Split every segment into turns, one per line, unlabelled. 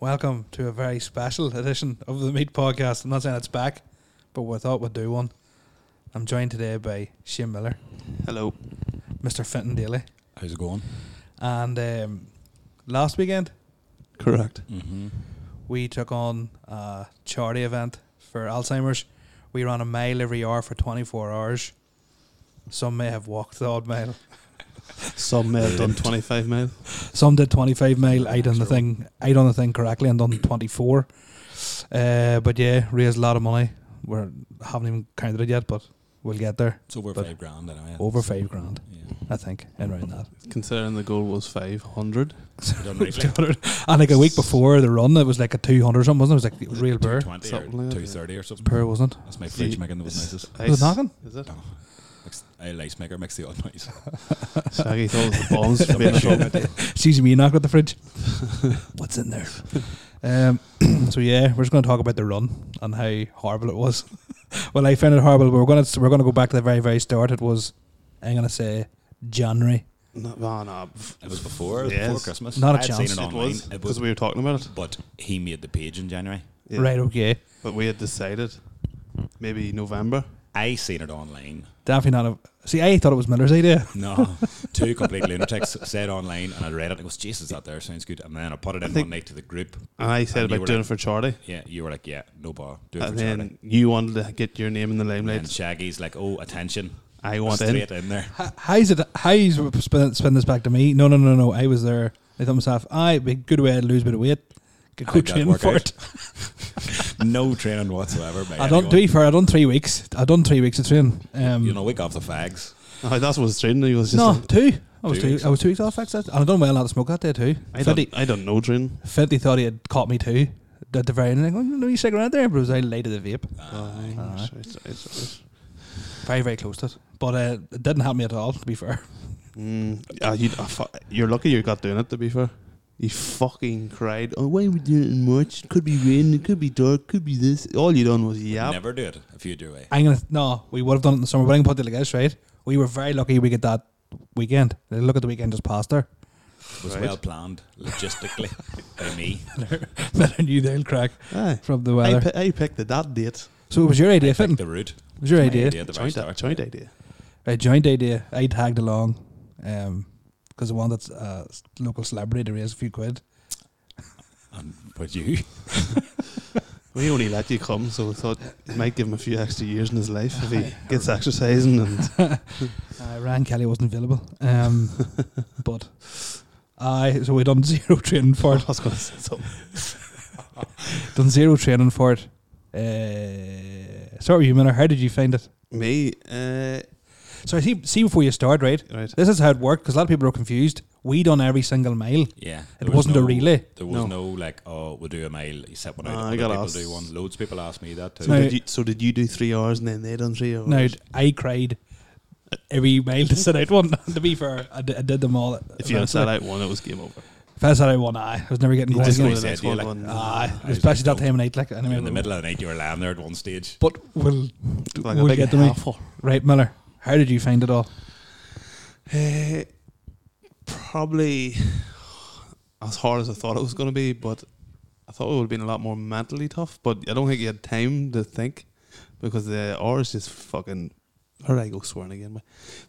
Welcome to a very special edition of the Meat Podcast. I'm not saying it's back, but we thought we'd do one. I'm joined today by Shane Miller,
Hello.
Mr. Fenton Daly,
How's it going?
and um, last weekend
Correct.
Mm-hmm.
we took on a charity event for Alzheimer's. We ran a mile every hour for 24 hours. Some may have walked the odd mile.
Some may have done 25 mile.
Some did 25 mile. I done the thing. I done the thing correctly and done 24. Uh, but yeah, raised a lot of money. We are haven't even counted it yet, but we'll get there.
It's over
But-
five grand anyway.
Over five grand,
Yeah.
I think, and around that.
Considering the goal was 500.
We done rightly.
200. And like a week before the run, it was like a 200 or something, wasn't it? It was like it was real
Two
burr.
twenty or
Something like that,
two
yeah.
thirty or something.
Purr, wasn't it?
That's my
See,
fridge making those
it's
noises.
Was it
ice.
knocking?
Is it?
Mix- I lace maker makes the odd noise.
Shaggy thought it was the bombs.
Something
made
shooting
of-
at the-
Excuse me, knock at the fridge. What's in there? Um, so yeah, we're just going to talk about the run and how horrible it was. well, I found it horrible. But we're going to we're going to go back to the very very start. It was I'm going to say January.
No, no, no.
It was before, it was
Yes.
before Christmas.
Not a
I had
chance.
Seen it,
It
online.
was because we were talking about it.
but he made the page in January.
Yeah.
Right. Okay.
But we had decided maybe November.
I seen it online.
Definitely not. A, see, I thought it was Miller's idea.
No, two complete lunatics said online, and I read it. and I goes, "Jesus, that there sounds good." And then I put it in
think-
one night to the group.
And I said
And you
about
were
doing
like-
it for charity.
Yeah, you were like, "Yeah, no bar, do it for
And
charity."
then you wanted to get your name in the
And
limelight.
Shaggy's like, "Oh, attention!"
I want in.
straight in, there.
H- How's it? How's spin, spin this back to me? No, no, no, no. I was there. I thought myself, I be a good way to lose a bit of weight. Get
How'd
good
that
training
work
for
out?
it.
No training whatsoever. by
I done.
anyone.
To be fair, I done three weeks. I done three weeks of training. Um,
You know, we got the fags.
Oh, that's what it's training. It was just
no,
a-
two. I was
Two
two.
weeks.
I was two weeks off. Actually, and I done well not to smoke that day too.
I
Fifty,
don't, I don't know training.
Fifty thought he had caught me too. At the very end, like, oh, no, you cigarette there, but it was I lighted the vape.
Aye,
Ah.
Aye.
right, right, right.
Very, very close to it, but uh, it didn't help me at all. To be fair,
Mm, uh, you, uh, fu- you're lucky you got doing it, to be fair. You fucking cried. Oh, why are we doing it in March? It could be rain, it could be dark, could be this. All you done was yap.
Never do it if you do it.
I'm gonna no. We would have done it in the summer, but I'm gonna put it like this, right? We were very lucky we get that weekend. Like, Look at the weekend just passed there.
It was
Right.
well planned logistically by me.
Better knew they'll crack
Aye.
from the
I,
weather.
pi- I picked the that date.
so it was your idea,
Picked
Fitton.
the route.
It was your
My
idea.
at the very
Joint,
start.
joint idea.
A joint idea. I tagged along um, because I wanted a local celebrity to raise a few quid.
And but you,
We only let you come, so we thought it might give him a few extra years in his life if he gets exercising. And
Uh, Ryan Kelly wasn't available. Um, but I so we done zero training for
I
it.
was going to say something.
Done zero training for it. Uh, sorry, you Miller. How did you find it?
Me, uh,
So I see. See before you start, right?
right.
This is how it worked because a lot of people are confused. We done every single mile.
yeah.
It
there was
wasn't
no-
a relay.
There was
No.
no, like, oh, we'll do a mile. You set one out.
Ah, I
other
got
people
asked.
do one. Loads of people ask me that too.
So,
Now-
did you, so did you do three hours and then they done three hours?
Now I cried every mile to sit out one. to be fair, I di- I did them all.
if you had sat out one, it was game over.
if I sat out one, I, I Ah, was never getting
You just go
going.
to
said
the next
you
one. going,
like-
Aye,
I was
especially that
like,
time of night, like
in
anyway.
the middle of the night, you were lying there at one stage.
But we'll
like a
we'll
big
get to me.
half-hole.
Right, Miller. How did you find it all?
Eh, probably as hard as I thought it was going to be, but I thought it would have been a lot more mentally tough. But I don't think you had time to think because the hours just fucking. Here I go swearing again. but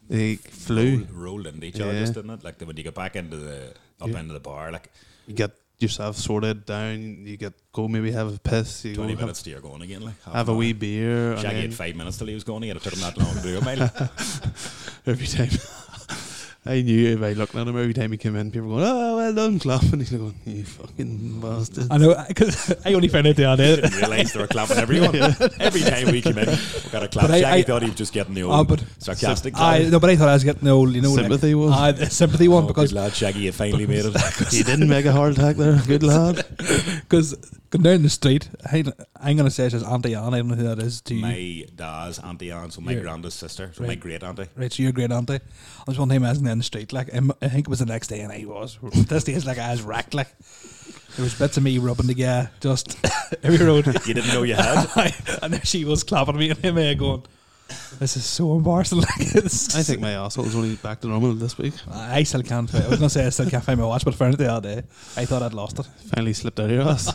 They flew.
Roll- rolled into each other,
Yeah.
just didn't it? Like when you get back into the up
Yeah.
into the bar, like
You get yourself sorted down. You get go maybe have a piss. You go
twenty
have,
minutes to you're going again. Like half
have a
an
wee
hour.
beer. and
Shaggy
then-
had five minutes till he was going again. It took him that long to do a mile.
every time. I knew if I looked at him every time he came in, people were going, "Oh, well done, Klopp," and he's going, "You fucking bastard."
I know because I only found out the other day.
didn't realise they were clapping everyone. Every time we came in, we got a clap.
But I-
Shaggy
I-
thought he was just getting the old
Oh, but
sarcastic clap.
I no, but I thought I was getting the old, you know,
Sympathy
like,
one.
Aye, the sympathy one
Oh,
because
good lad, Shaggy, you finally made it.
He didn't make a heart attack there. Good lad.
because going down the street, I, I'm gonna say it says Auntie Anne. I don't know who that is. Do you?
my dad's auntie Anne, so my
Yeah.
granda's sister, so my
Right.
great auntie.
Right, so you're a great auntie. I was one time I was down the street, like and I think it was the next day, and I was this day is like I was wrecked, like there was bits of me rubbing the guy just every road,
You didn't know you had.
and there she was clapping me and him uh, going, This is so embarrassing. Like, it's
I think my asshole is only back to normal this week.
I still can't. Find, I was gonna say I still can't find my watch, but I found it the other day. eh, I thought I'd lost it.
Finally slipped out of your ass.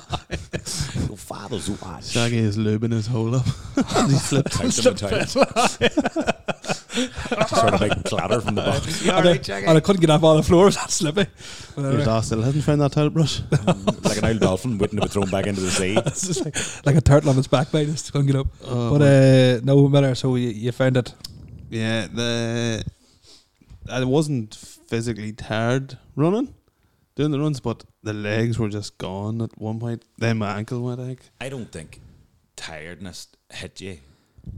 Your father's watch.
Shaggy is lubing his hole up. he slipped.
Takes him in time. sort of big clatter from the box.
And I, and I couldn't get up on the floor. It was that slippy. But
Your
anyway,
dad still hasn't found that towel brush.
Mm, like an old dolphin waiting to be thrown back into the sea.
it's just like, like a turtle on its back, mate. Just couldn't get up.
Oh,
but
man.
uh, no matter. So you, you found it.
yeah, the I wasn't physically tired running, doing the runs, but the legs were just gone at one point. Then my ankle went ache.
I don't think tiredness hit you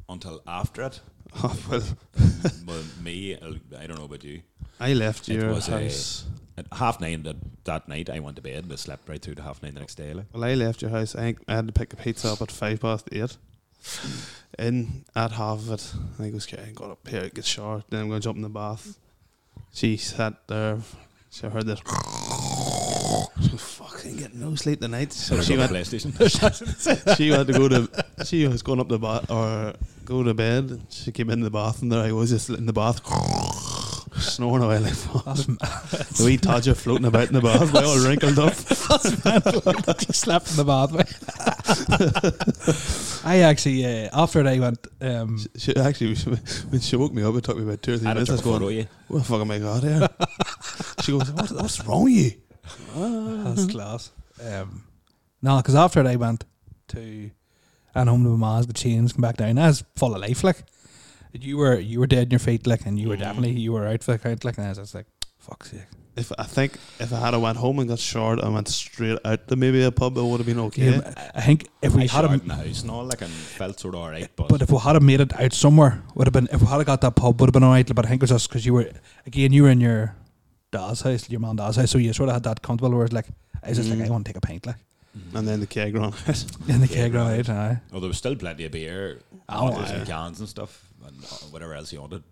until after it.
Oh, well,
Well, me, I don't know about you.
I left
It
your
was a-
house.
At half nine that, that night, I went to bed and I slept right through to half nine the next day. Like.
Well, I left your house. I, think I had to pick a pizza up at five past eight. In at half of it, I think it was okay. I'm going up here, get showered, then I'm going to jump in the bath. She sat there. She heard this. Fucking get no sleep tonight. So
Better
she
go
went.
to PlayStation.
She had to go to. She was going up the bath or go to bed. and She came in the bath and there I was just in the bath, snoring away like fuck.
That's
The wee todger floating about in the bath, all wrinkled up.
just slept in the bath. mate. I actually uh, after I went. Um,
She, actually, she- when she woke me up, it took me about two or three
I don't
minutes. I was
took a photo of
going,
you.
"What the fuck am I got here?" she goes, what, "What's wrong with you?"
Mm-hmm.
That's class. Um, no, because after it, I went to and home to my ma's, got changed, come back down. I was full of life, like you were, you were dead in your feet, like, and you were
Mm-hmm.
Mhm.
definitely you were out for the count, like, and I was just like, fuck's sake.
If I think if I had a went home and got short and went straight out to maybe a pub, it would have been okay.
Um, I think if we
I
had,
shot
a,
in the house and all, like, and felt sort of alright, but,
but if we had a made it out somewhere, would have been if we had a got that pub, would have been alright. But I think it was just because you were again, you were in your dad's house, your mom dad's house, so you sort of had that comfortable. Whereas like, I was just
Mhm.
like, I want to take a pint, like,
And then the keg ran out.
in the
Mm. Yeah,
keg right.
right.
aye.
oh, there was still plenty of beer,
Oh,
bottles
aye.
and cans and stuff, and uh, whatever else you wanted,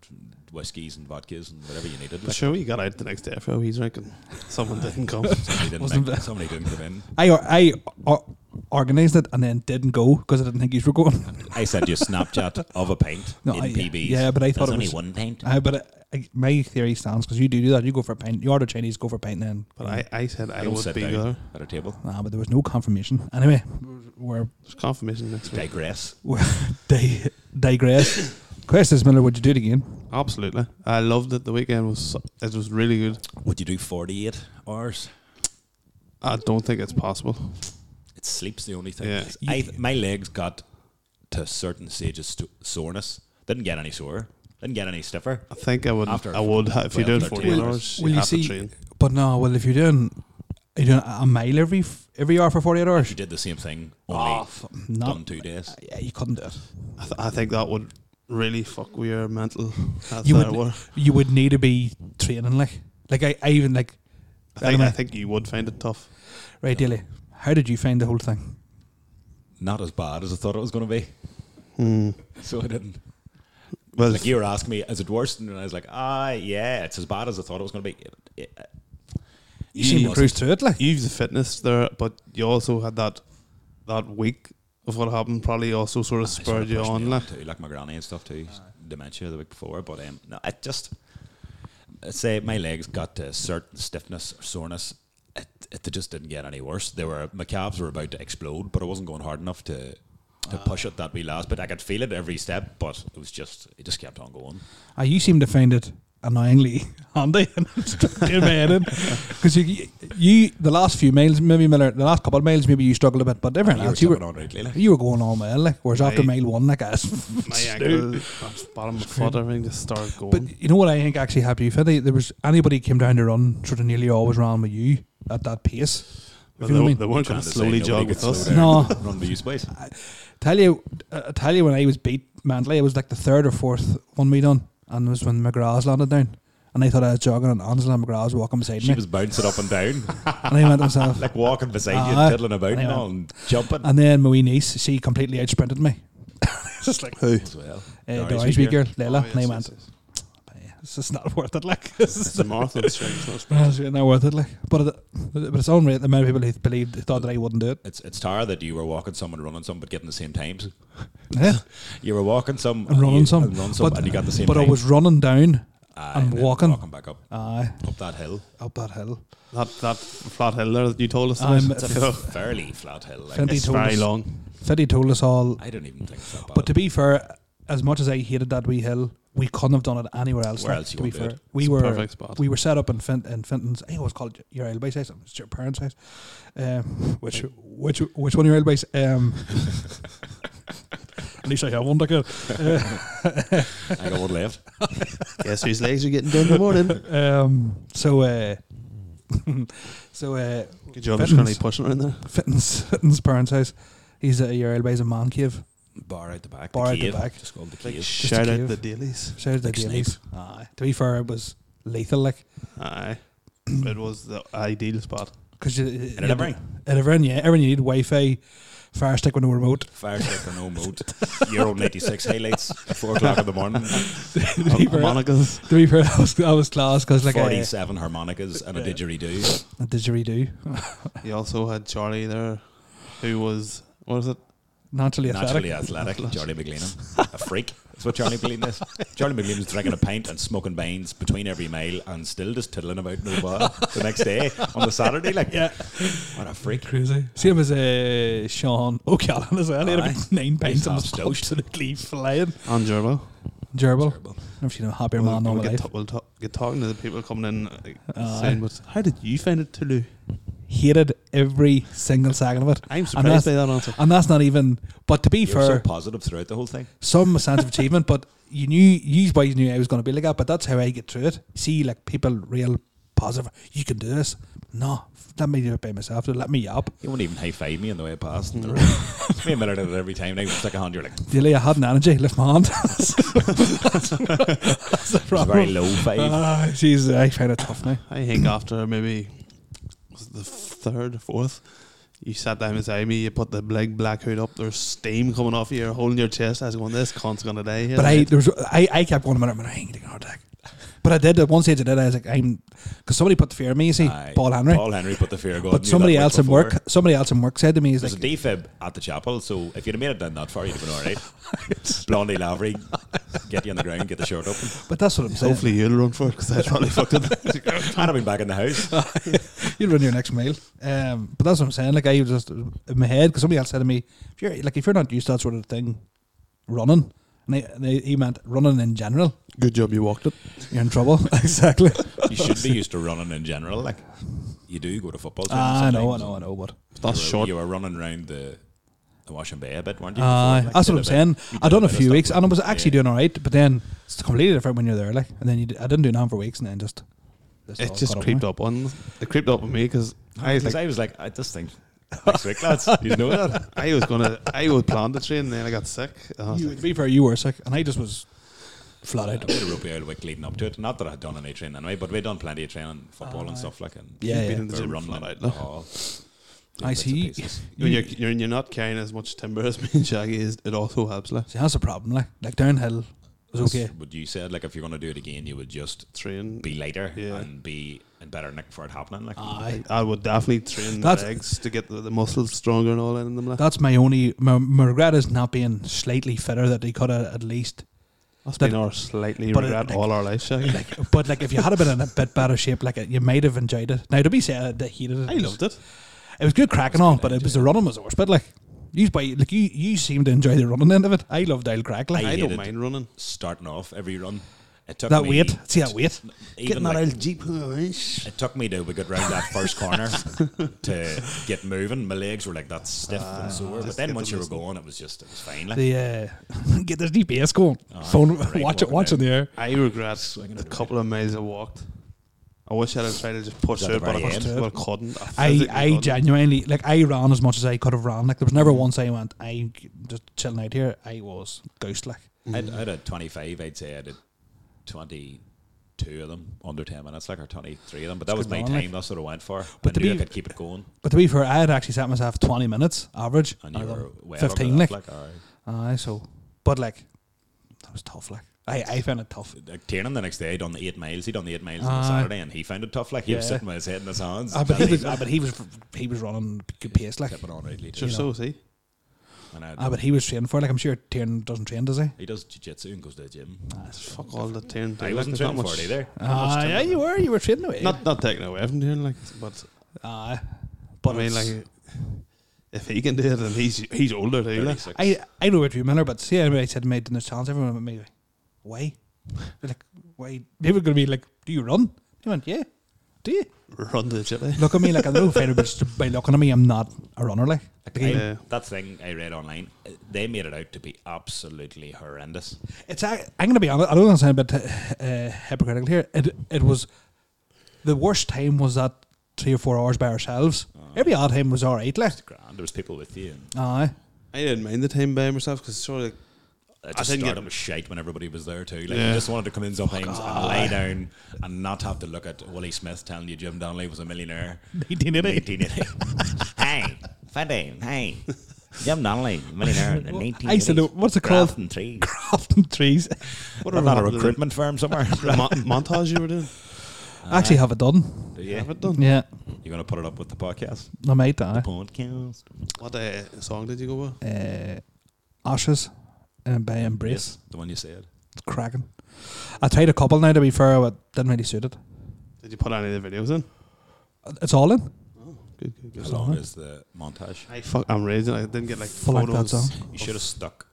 whiskies and vodkas and whatever you needed.
But
Like,
sure, we got out the next day for a wee drink and someone didn't come.
somebody, didn't
Wasn't
make,
it?
somebody didn't come in.
I or- I or- organised it and then didn't go because I didn't think you were going.
I sent you a Snapchat of a pint
No,
in
I-
PBs.
yeah, but I thought
There's
it
only
was-
one pint.
I, Uh, but I, I, my theory stands because you do do that. You go for a pint. You order Chinese, go for a pint. Then,
But I, I said I
Don't
would
sit
be
down
there.
at a table.
nah, but there was no confirmation. Anyway, we're
There's confirmation next week.
Digress.
di- digress. Question is Miller, would you do it again?
Absolutely, I loved it. The weekend was so- it was really good.
Would you do 48 hours?
I don't think it's possible.
It sleeps the only thing.
Yeah.
I, my legs got to certain stages sto- soreness. Didn't get any sore. Didn't get any stiffer.
I think I would.
After
I would ha- if you did
12,
48
13
hours.
Will
you
you
have to
see-
train.
But no, well, if you're doing, you're doing a mile every f- every hour for forty eight hours.
She did the same thing,
Oh,
only
f-
done
not, uh,
two days.
yeah, you couldn't do it.
I, th- I think that would really fuck with your mental health.
You
You
would-
would,
You would need to be training, like, like I, I even like,
I think.
Anyway.
I think you would find it tough.
right, Dilly, how did you find the whole thing?
Not as bad as I thought it was going to be.
Hmm.
So I didn't.
Well,
Like you were asking me, is it worse? And I was like, ah, yeah, it's as bad as I thought it was going to be. It- it-
You,
You
seem to
must-
cruise through it, like.
you've the fitness there, but you also had that that week of what happened. Probably also sort of
Ah, I
spurred
sort of
you
pushed me
on. Like.
too, like my granny and stuff too. Dementia the week before, but um, no, I just I say my legs got to a certain stiffness or soreness. It, it they just didn't get any worse. They were my calves were about to explode, but I wasn't going hard enough to to
Ah.
push it that wee last. But I could feel it every step, but it was just it just kept on going.
Ah, you seem to find it annoyingly handy and in my head because you, you the last few miles maybe Miller the last couple of miles maybe you struggled a bit but everyone
You were
else you were
stepping on rightly, like.
you were going all well like whereas after
Aye.
mile one like I was
My
dude.
ankle, bottom of my foot, everything just started going.
but you know what I think actually happened you Finlay? there was anybody came down to run sort of nearly always ran with you at that pace if you know
Well,
what I
they,
mean
they weren't going to
Trying say
slowly
nobody
jog
could
with
slow
us.
down
No.
and run the use ways.
tell you I tell you when I was beat mentally it was like the third or fourth one we done and it was when McGrath's landed down and I thought I was jogging and Angela McGrath was walking beside
She
me
was bouncing up and down,
and I went to myself
like walking beside
Aye.
you, tiddling about and,
Aye,
all, and jumping
Ah. And then my wee niece, she completely outsprinted me.
Who?
as well.
Uh,
Doris
the Irish wee
Weaker.
girl, Leila, and I went, It's just not worth it. Like,
It's a marathon string. It's not
Well, it's not worth it. Like, but it, but it's only the amount of people who believed thought that I wouldn't do it.
It's it's tired that you were walking some and running some, but getting the same times.
Yeah,
You were walking some
and running
you,
some,
and running some,
but,
and you got the same.
But I
time.
was running down
Aye,
and
then
walking. Oh,
walking back up
aye,
up that hill.
up that hill.
that that flat hill there that you told us.
I'm-
about.
It's a fairly flat hill. Like,
Fenty-
it's very long.
Fiddy told us all.
I don't even think it's that bad.
But to be fair, as much as I hated that wee hill, we couldn't have done it anywhere else.
Where
like,
else you
to be
wouldn't do
fair,
it.
we
It's a
were
perfect spot.
we were set up in, Fin- in Finton's. I always call it your Eilby's house. It's your parents' house. Um, which which which one of your Eilby's? Um, at least I Uh, have one. Like it.
I got one left.
Guess whose legs are getting done in the morning?
Um, so uh, so uh,
Good job, it's currently pushing her in there.
Fitton's, Fitton's parents' house. He's at your Eilby's a man cave.
Bar out the back.
Bar out
the
the
cave.
back.
Just called the
Like
cave.
a
shout out
cave.
the dailies.
Shout out to
Like
the
Snape.
Dailies. Aye. To be fair, it was lethal. Like
Aye, it was the ideal spot.
Because you,
And it everything.
at everything, yeah, everything you need Wi-Fi, Fire Stick with no remote.
Fire stick or no mode. Euro 96 highlights. 4 o'clock in the morning.
to be fair, to
Harmonicas.
be fair, that was, that was class because like uh, a,
47 harmonicas and a
Yeah.
didgeridoo.
a didgeridoo,
You also had Charlie there, who was what was it?
naturally athletic.
Naturally athletic. Charlie McLean. A freak. That's what Charlie McLean is. Charlie McLean was drinking a pint and smoking beans between every meal and still just tiddling about no bar the next day on the Saturday. Like,
Yeah.
what a freak.
Crazy. Same as uh, Sean O'Callaghan as well. He had
Aye.
about nine pints and
half
was
stoked.
absolutely flying.
And Gerbo.
Gerbil. I've seen a happier man all my
get,
life.
ta- we'll ta- get talking to the people coming in.
Aye.
Uh, saying, but how did you find it, Toulouse?
Hated every single second of it.
I'm
that's-
surprised by that answer.
And that's not even. But to be
You were so
fair,
positive throughout the whole thing.
some sense of achievement, but you knew you boys knew I was going to be like that. But that's how I get through it. See, like people real positive. You can do this. No, let me do it by myself. Let me up.
You wouldn't even high five me on the way past.
Mm.
in the room. me a minute at it every time. Now you stick a hand, you're like,
Dilly, I had an energy. Lift my hand. that's the
it's a
problem.
very low five.
Ah, jeez, I find it tough now.
I think after maybe was it the third, fourth, you sat down beside me, you put the big black hood up, there's steam coming off you, you're holding your chest. I was going, this cunt's going to die. here."
But I, there was, I, I kept going a minute, a minute, I ain't taking a heart attack. But I did at one stage. I did. I was like, I'm because somebody put the fear in me. You see,
Aye.
Paul Henry.
Paul Henry put the fear of God. knew
but
that
somebody
week
else in
before.
work, somebody else in work said to me, "Is like,
There's a defib at the chapel, so if you'd have made it down that far, you'd have been all right. Blondie Lavery, get you on the ground, get the shirt open.
but that's what I'm saying.
Hopefully you'll run for it because I probably fucked it.
I'd have been back in the house.
You'll run your next mile. Um, but that's what I'm saying. Like I was just in my head because somebody else said to me, if you're like if you're not used to that sort of thing, running. And, I, and I- he meant running in general.
Good job you walked it.
You're in trouble. exactly.
You should be used to running in general. Like you do go to football. Training
Ah, I know, I
sometimes.
know, I know. But
You were,
That's short.
You were running around the, the washing bay a bit, weren't you?
Aye,
before? Like,
Uh, that's
did
what
a
I'm
bit.
saying.
You
I
did a
done a
bit of
few
stuff
weeks, and I was
like-
actually
yeah.
doing all right. But then it's completely different when you're there. Like, and then you, d- I didn't do none for weeks, and then just this all
It just
caught up
creeped
on me.
up on It creeped up on me because I was
Because
like,
I was like, I just think next week, lads. You know that.
I was going to, I would plan to train and then I got sick. And I was
You,
like,
to be fair, you were sick, and I just was flat
I
out.
did a ropey out week leading up to it. Not that I'd done any training anyway, but we'd done plenty of training, football and stuff like. And
Yeah,
You've been
yeah.
in the
we were
gym
running
flat
about
out
the
Oh.
now.
hall, doing
I
bits and
see.
pieces.
When you're, you're, you're not carrying as much timber as me and Shaggy is, it also helps. Like,
See, that's the problem. Like, like downhill was okay.
But you said like if you're going to do it again, you would just
train.
be lighter
Yeah.
and be in better nick for it happening. Like
Aye.
I would definitely train the
That's-
legs to get the, the muscles stronger and all that in them. Like.
That's my only my, my regret is not being slightly fitter that they could have at least.
That's
That-
been our slightly
but it-
regret
like-
all our life, Shaggy.
But like if you had been in a bit better shape, like you might have enjoyed it. Now to be said, I hated it.
I loved it.
It was good crack and all, but it was the running was the worst. But like you by like you you seem to enjoy the running end of it. I loved Isle crack like
I
I, don't
hated-
mind running.
starting off every run, it took
that
me
weight. See that weight.
Even like,
jeep.
it took me to we got round that first corner to get moving. My legs were like that stiff
Ah,
and sore, but
just
then
get
once
them
you were
listening.
going, it was just it was fine. Like,
The uh, get this DPS going.
Oh,
Phone
Right,
watch it
walking
watch in
out.
the air.
I regret the couple of miles I walked. I wish I'd have tried to just push
Was
through
that
it,
the
but I
very
just
end?
well, couldn't.
I,
physically
I
couldn't.
genuinely like I ran as much as I could have ran. Like there was never
Mm-hmm.
once I went I just chilling out here. I was ghost like.
I'd, I'd had 25, I'd say I did 22 of them under 10 minutes, like or 23 of them, but that was
good
my
going, like.
time. That's what I went for.
But
But
to
I knew I
be-
could keep it going.
But to be fair, I had actually set myself twenty minutes average.
And you
I
were
done
well under
15
that,
like.
like, all right.
Aye, so but like that was tough like. I, I found it tough.
Like Tiernan the next day done the eight miles. He done the eight miles on
Aye.
the Saturday, and he found it tough. Like he was
Ah. Yeah.
sitting with his head in his hands.
Ah, but he
And
was, ah, but he was, he was running good pace, like.
tipping on right later.
Sure,
You
so
know.
see.
And I,
Ah, but he was training for it. Like I'm sure Tiernan doesn't train, does he?
he does jiu jitsu and goes to the gym.
Fuck all the turn.
I wasn't training for it either.
Ah, yeah, you were, you were training away.
Not not taking away from doing like, but
Ah,
but
but
I mean
it's-
like, if he can do it, then he's he's older too. Like.
36.
I I know about you, Miller, but see, anybody said made the challenge, everyone went, maybe, why? They're like, why? They were going to be like, do you run? They went, yeah. Do you?
Run to the chip. eh?
Look at me like I know fighter, but just by looking at me, I'm not a runner. Like,
Like, I-
Yeah.
That thing I read online, uh, they made it out to be absolutely horrendous.
it's. a- I'm going to be honest. I don't want to sound a bit uh, hypocritical here. It it was the worst time was that three or four hours by ourselves. Every odd time was all right. Like,
Grand. There was people with you. And
aye.
I didn't mind the time by myself because sort of
it just
didn't get
started
them.
with shite when everybody was there too. Like
Yeah.
you just wanted to come in sometimes and lay down and not have to look at Willie Smith telling you Jim Donnelly was a millionaire.
1980.
1980. hey, Freddy, hey. Jim Donnelly, millionaire in
I used to know- what's it called?
Grafton Tree.
Crafting trees.
what
Not a
happened to the-
recruitment firm somewhere.
the mon- montage you were doing.
I actually have it done.
yeah.
Have it done.
Yeah,
You're going to put it up with the podcast?
I made that.
Podcast.
What uh, song did you go with?
uh, Ashes and by Embrace.
The one you said.
It's cracking. I tried a couple now to be fair, but didn't really suit it.
Did you put any of the videos in?
It's all in.
Good, good, good.
As
Hello.
long as the montage.
I fuck, I'm raging. I didn't get like
Full like that
photos.
song.
You should have stuck.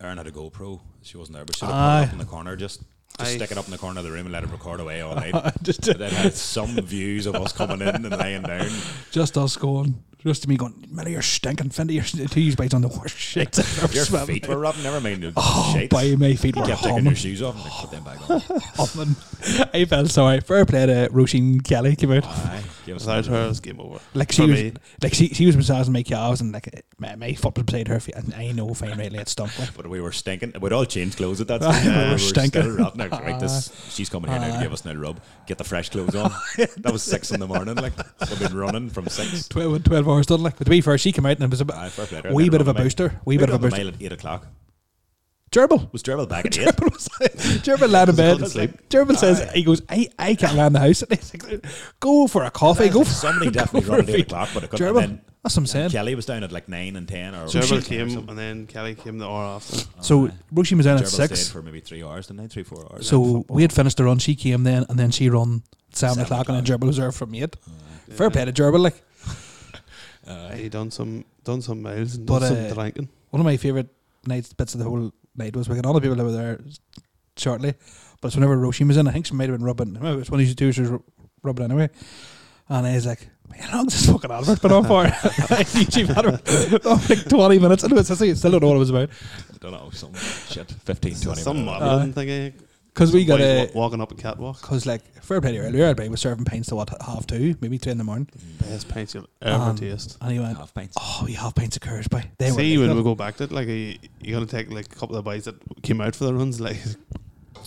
Erin had a GoPro. She wasn't there, but should have
Aye.
put it up in the corner. Just, just
Aye.
stick it up in the corner of the room and let it record away all night.
just,
But then had some views of us coming in and laying down.
just us going. Just to me going, Millie, you're stinking. Fendi, your tees bites on the worst shit. I've ever
Your
smelled."
feet were rubbing. Never mind the
Oh,
shades.
by my feet
You
were
kept taking your
humming,
shoes off. and like, Put them back on.
humming. I felt sorry. Fair play to Roisin Kelly came out.
Aye, give us
Without
another-
her, it was game over.
Like she
For
was, Oh,
me.
like she, she was massaging my calves and like my, my foot was beside her feet. And I know fine rightly it stunk. Like,
But we were stinking. We'd all changed clothes at that stage.
We were
and
stinking.
still rotten. Like, right, this, she's coming here now to give us a little rub. Get the fresh clothes on. that was six in the morning. Like we've been running from six.
12, 12 hours done. Like, but to be fair, she came out and it was a bit,
Aye, fair play to her.
wee
Then
bit of a
run mile.
booster. Wee
We
bit of a
ran the
booster.
mile at eight o'clock.
Gerbil.
Was Gerbil back at eight?
Gerbil was Gerbil lay in bed.
Couldn't sleep.
Gerbil says he goes, I, I can't land the house. And he's like, go for a coffee. Go for
Somebody definitely
for
run
a
at eight
feed.
o'clock, but it couldn't.
Gerbil.
And then
That's what I'm saying.
Kelly was down at like nine and ten, or
Gerbil
10 or
came
something.
and then Kelly came the hour after.
So Roisin was in at
Gerbil stayed
six.
for maybe three hours, didn't they? Three, four hours.
So we had finished the run. She came then, and then she run seven,
Seven
o'clock, and then Gerbil was there from eight. Fair play to Gerbil. Like
He done some done some miles and
But,
done
uh,
some drinking.
one of my favorite nights bits of the whole night was we got all the people that were there shortly, but it's whenever Roisin was in. I think she might have been rubbing. It was one of these two she was ru- rubbing anyway, and I was like. "Man, How long's this fucking advert been on for? I knew she'd had her on for like 20 minutes. And it was, I still don't know what it was about.
I don't know, some shit, 15, 20
Some
minutes.
modeling thing. eh?
Because we got a.
walking up a catwalk.
Because, like, fair play to you earlier, everybody was serving pints to what, half two, maybe three in the morning.
Best pints you'll ever
Um,
taste.
And he went,
Uh, half pints.
Oh, we have pints of courage, boy. They
See
were
when
like,
we go back to it, like you, you're gonna take like a couple of bites that came out for the runs, like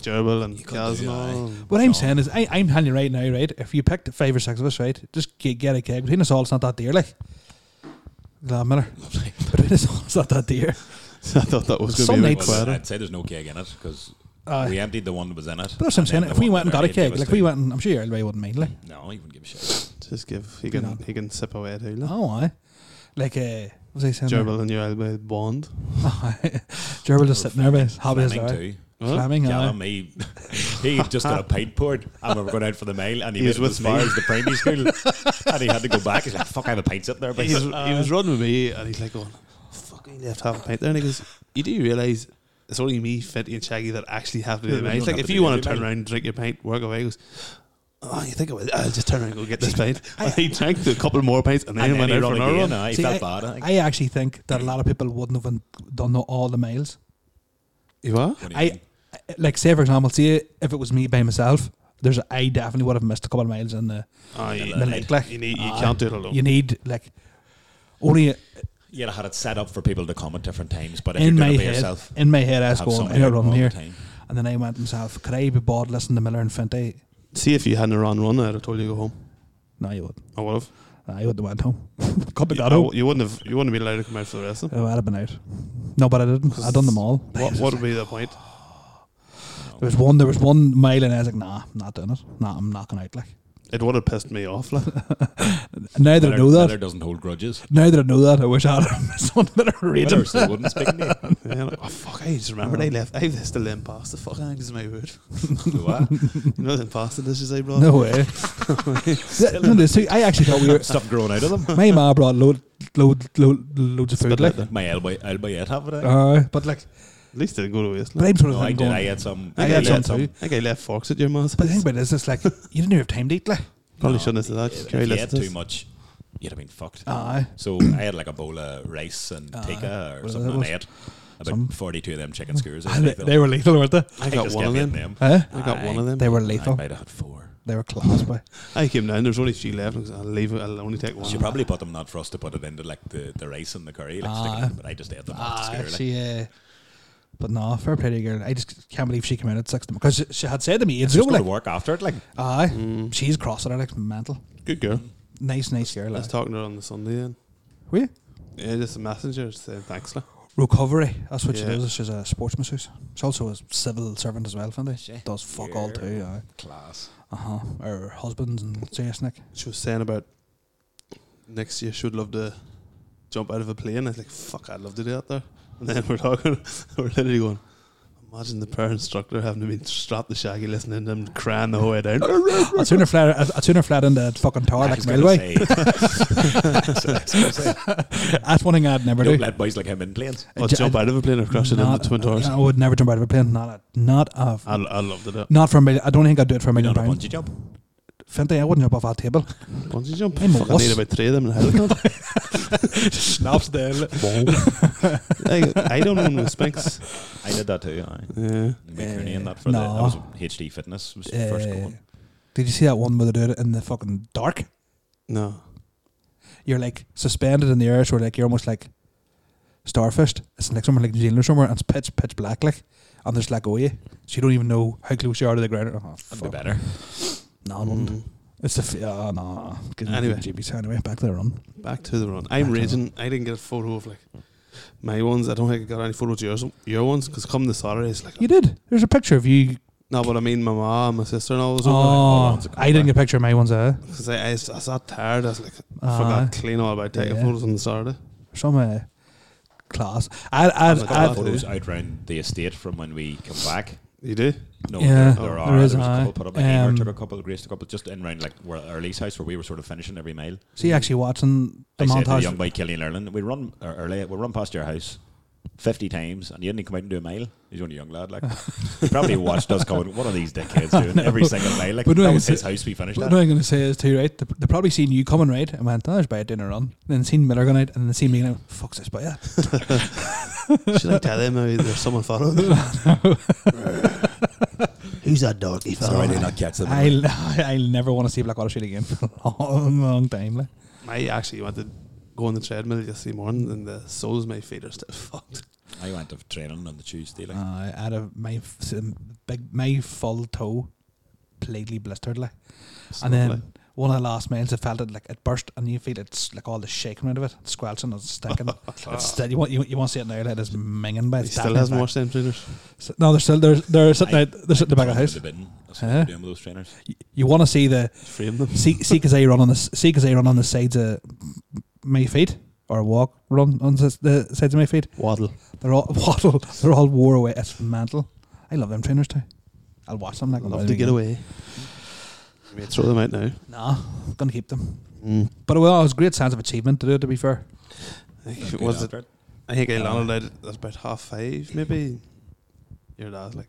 Gerbil and
You couldn't
Kaz and
do that, eh?
all.
What I'm
No.
saying is, I, I'm telling you right now, right? If you picked five or six of us, right, just get, get a keg. Between us all, it's not that dear, like. Glad Miller. Between us all, it's not that dear.
I thought that was
Some
gonna be a bit
nights-
Well,
quieter.
I'd say there's no keg in it because
Uh,
we emptied the one that was in it.
but that's what I'm
and then
saying.
the
If we
one
went and
that
got a
Mary gave
keg,
us
like,
two.
we went and I'm sure everybody wouldn't mind, like.
No, he wouldn't give a shit.
Just give he can
No.
he can sip away too. Like.
Oh, aye. Like, uh, what was I saying? there?
Gerbil and your elbow bond.
Gerbil just sitting there, but hobby is
Fleming
there.
too.
Fleming, aye.
Callum, he, he just had a pint poured and we were going out for the mile and he,
He
was
was
with as
with
far
me.
as the primary school and he had to go back. He's like, fuck, I have a pint sitting there. But
He's, uh, he was running with me, and he's like going, "Fucking left half a pint there." And he goes, "You do realize it's only me, Fitty, and Shaggy that actually have to do
Yeah,
the
we
mine. It's
don't
Like
have
if
to
you
do
want to
every
turn
mine."
around, drink your pint, work away." He goes, "Oh, you think I will? I'll just turn around and go get this pint." And he drank a couple more pints, and then
and then
went
he
out for
run
another
again.
one.
aye, He
See,
felt bad, I think.
I actually think that a lot of people wouldn't have done all the miles.
You what?
What do you
I
think?
I- like say for example, say if it was me by myself, there's I definitely would have missed a couple of miles in the
Oh, you,
the night. Like,
you need, uh, you
Aye.
can't do it alone.
you need like only
You'd have had it set up for people to come at different times, but if
in
you're
my
doing it by
head.
yourself,
in my head, I was
have
going,
somebody
I
out
don't run
all the
here,
time.
and then I went to myself, could I be bored listening to Miller and Fenty?
See if you hadn't run run, I'd have told you to go home.
No, you would.
I would have.
I would have went home. Could have
You,
got home.
you wouldn't have. You wouldn't have been allowed to come out for the rest of them.
Oh, I'd have been out. No, but I didn't. I'd done them all.
What, what would be the point?
There was one. There was one mile, and I was like, "Nah, I'm not doing it. Nah, I'm knocking out." Like
It would have pissed me off. Like.
now that I
Miller-
know that,
Miller doesn't hold grudges.
now that I know that, I wish I had something that I read.
Miller still wouldn't speak to you.
Yeah, like, oh fuck! I just remembered I left. I left the limp pasta. Fuck, I think it's my word.
What?
You know the pasta dishes I brought.
No way. Yeah, no, there's two- I actually thought we were.
Stuff growing out of them.
My ma brought load, load, load, loads of food, like,
My elbow, elbow yet have it. eh?
uh, but like,
At least it didn't go to waste.
but
Like.
I'm sort of
No, I
thinking
did.
going-
I had some.
I
I,
had
think I,
some
left, I
too.
think I left forks at your mouth.
But the thing about it is, it's like you didn't even have time to eat, like.
Probably
No,
shouldn't have said that.
if-
Kerry
If you
listened
had
to
too
us.
much, you'd have been fucked.
Aye.
So I had like a bowl of rice and
Aye.
tikka or
Ah, Well,
something,
that
and I
was
ate about
some-
42 of them chicken skewers.
Ah, they, they were lethal, weren't they?
I got
just
one
kept
of
eating
them.
Huh?
I got one of them.
They were
I
lethal.
might have had four.
They were class, boy.
I came down. There's only three left. and I said, I'll leave. it, I'll only take one.
She probably put them not for us to put it into like the, the rice and the curry, like stick
Aye.
it in, but I just ate them off the skewer. Like.
she. Uh, but no, fair play to the girl. I just can't believe she came out at six because she, she had said to me, "It's
She was
over."
going to
Like,
work after it, like
aye,
Mm.
she's crossing her like mental.
Good girl.
Nice, nice girl.
I was
Like.
talking to her on the Sunday. Then.
Were you?
Yeah, just a messenger saying thanks. Like.
Recovery. That's what she
Yeah.
does. She's a sports masseuse. She's also a civil servant as well, Fendi.
Is she?
Does fuck all too. Aye.
class.
Uh huh. Her husband's and serious Nick.
She was saying about next year she would love to jump out of a plane. I was like, fuck, I'd love to do that there. And then we're talking, we're literally going, imagine the per instructor having to be strapped to Shaggy listening to him crying the whole way down.
I'd sooner flat. I'd, I'd sooner flat in that fucking tower
I
Ah, like
was gonna
railway.
say- I was gonna say,
That's one thing I'd never
Don't
do.
let boys like him in planes.
Or jump out of a plane or crash it into
Not-
Twin Towers.
I would never jump out of a plane. Not a, not a,
I, I loved it.
not for a million. I don't think I'd do it for a
You
million
don't have
pounds.
bungee jump.
Fenty, I wouldn't jump off that table.
Bungee jump.
I'm a
Fucking
wuss.
need about three of them in a helicopter.
Snaps down.
I, I don't own with Spinks.
I did that too. Aye.
Yeah.
Mick
Eh,
Rooney and that for the,
no.
that was HD Fitness was the first
Eh,
going.
Did you see that one where they did it in the fucking dark?
No.
You're like suspended in the air, so like you're almost like starfished. It's like somewhere like New Zealand or somewhere, and it's pitch pitch black, like, and there's like away, so you don't even know how close you are to the ground. Oh,
That'd be
fuck.
better.
No, it wouldn't.
Mm.
It's the f- oh, no. Give me
Anyway.
the GBs anyway. Back to the run.
Back to the run. I'm
Back to the
raging. I didn't get a photo of like my ones. I don't think I got any photos of yours, your ones, because come the Saturday, it's like
You did. There's a picture of you.
No, but I mean, my mom, my sister, and all those.
Oh,
ones that come
I didn't
back.
get a picture of my ones. Uh,
Because I, I, s- I sat tired. I was like,
Aye.
forgot clean all about taking
Yeah.
photos on the Saturday.
some uh, class. I I
Some of the
I
I'd-
photos out round the estate from when we come back.
You do?
No,
Yeah,
there, there
there
are.
is,
there was a
aye.
couple put up. Like Emer
Um,
took a couple, Grace took a couple, just in round like where Early's house where we were sort of finishing every mile.
see actually watching the
I said to the
montage.
young boy Killian Ireland, we run or early, we run past your house fifty times, and you didn't come out and do a mile. He's only a young lad, like he probably watched us going. What are these dickheads doing every single mile? Like
But no,
that
I
was
said-
his house. We finished
What
that.
I'm going to say is too right. They, they probably seen you coming right and went, "Oh, "There's by dinner run." Then seen Miller going out and then seen me going, out, "Fuck's this by that."
Should I tell them maybe there's someone following me? Who's that dog? He's
Sorry, did not catch them.
I'll I'll never want to see Blackwater Street again for a long, long time. Like.
I actually went to go on the treadmill yesterday morning, and the soles of my feet are still fucked.
I went to training on the Tuesday. Like
Uh, out of my f- some big my full toe, completely blistered like,
It's
and then.
lovely.
One of the last miles, I felt it like it burst, and you feel it's like all the shaking out of it, it's squelching, it's sticking. it's still, you want you, you want to see it now, like it's minging by.
he
It's
still
damaging
hasn't
back.
washed them trainers.
So- No, they're still they're they're sitting
I-
out, they're sitting in the back of the house.
The bin. That's
Huh?
what they doing with those trainers.
You, want to see the
Frame them.
see see 'cause they run on the s- see 'cause they run on the sides of my feet or walk run on the, s- the sides of my feet.
Waddle.
They're all waddle. They're all wore away. It's mental. I love them trainers too. I'll watch them. Like I'll
Love
do
to
it
get
again.
away. Maybe throw them out now.
Nah, I'm gonna keep them.
Mm.
But well, it was a great sense of achievement to do. it, To be fair,
I think
That's
it
good
was
after it.
I think I landed out at about half five, maybe. Your dad's like,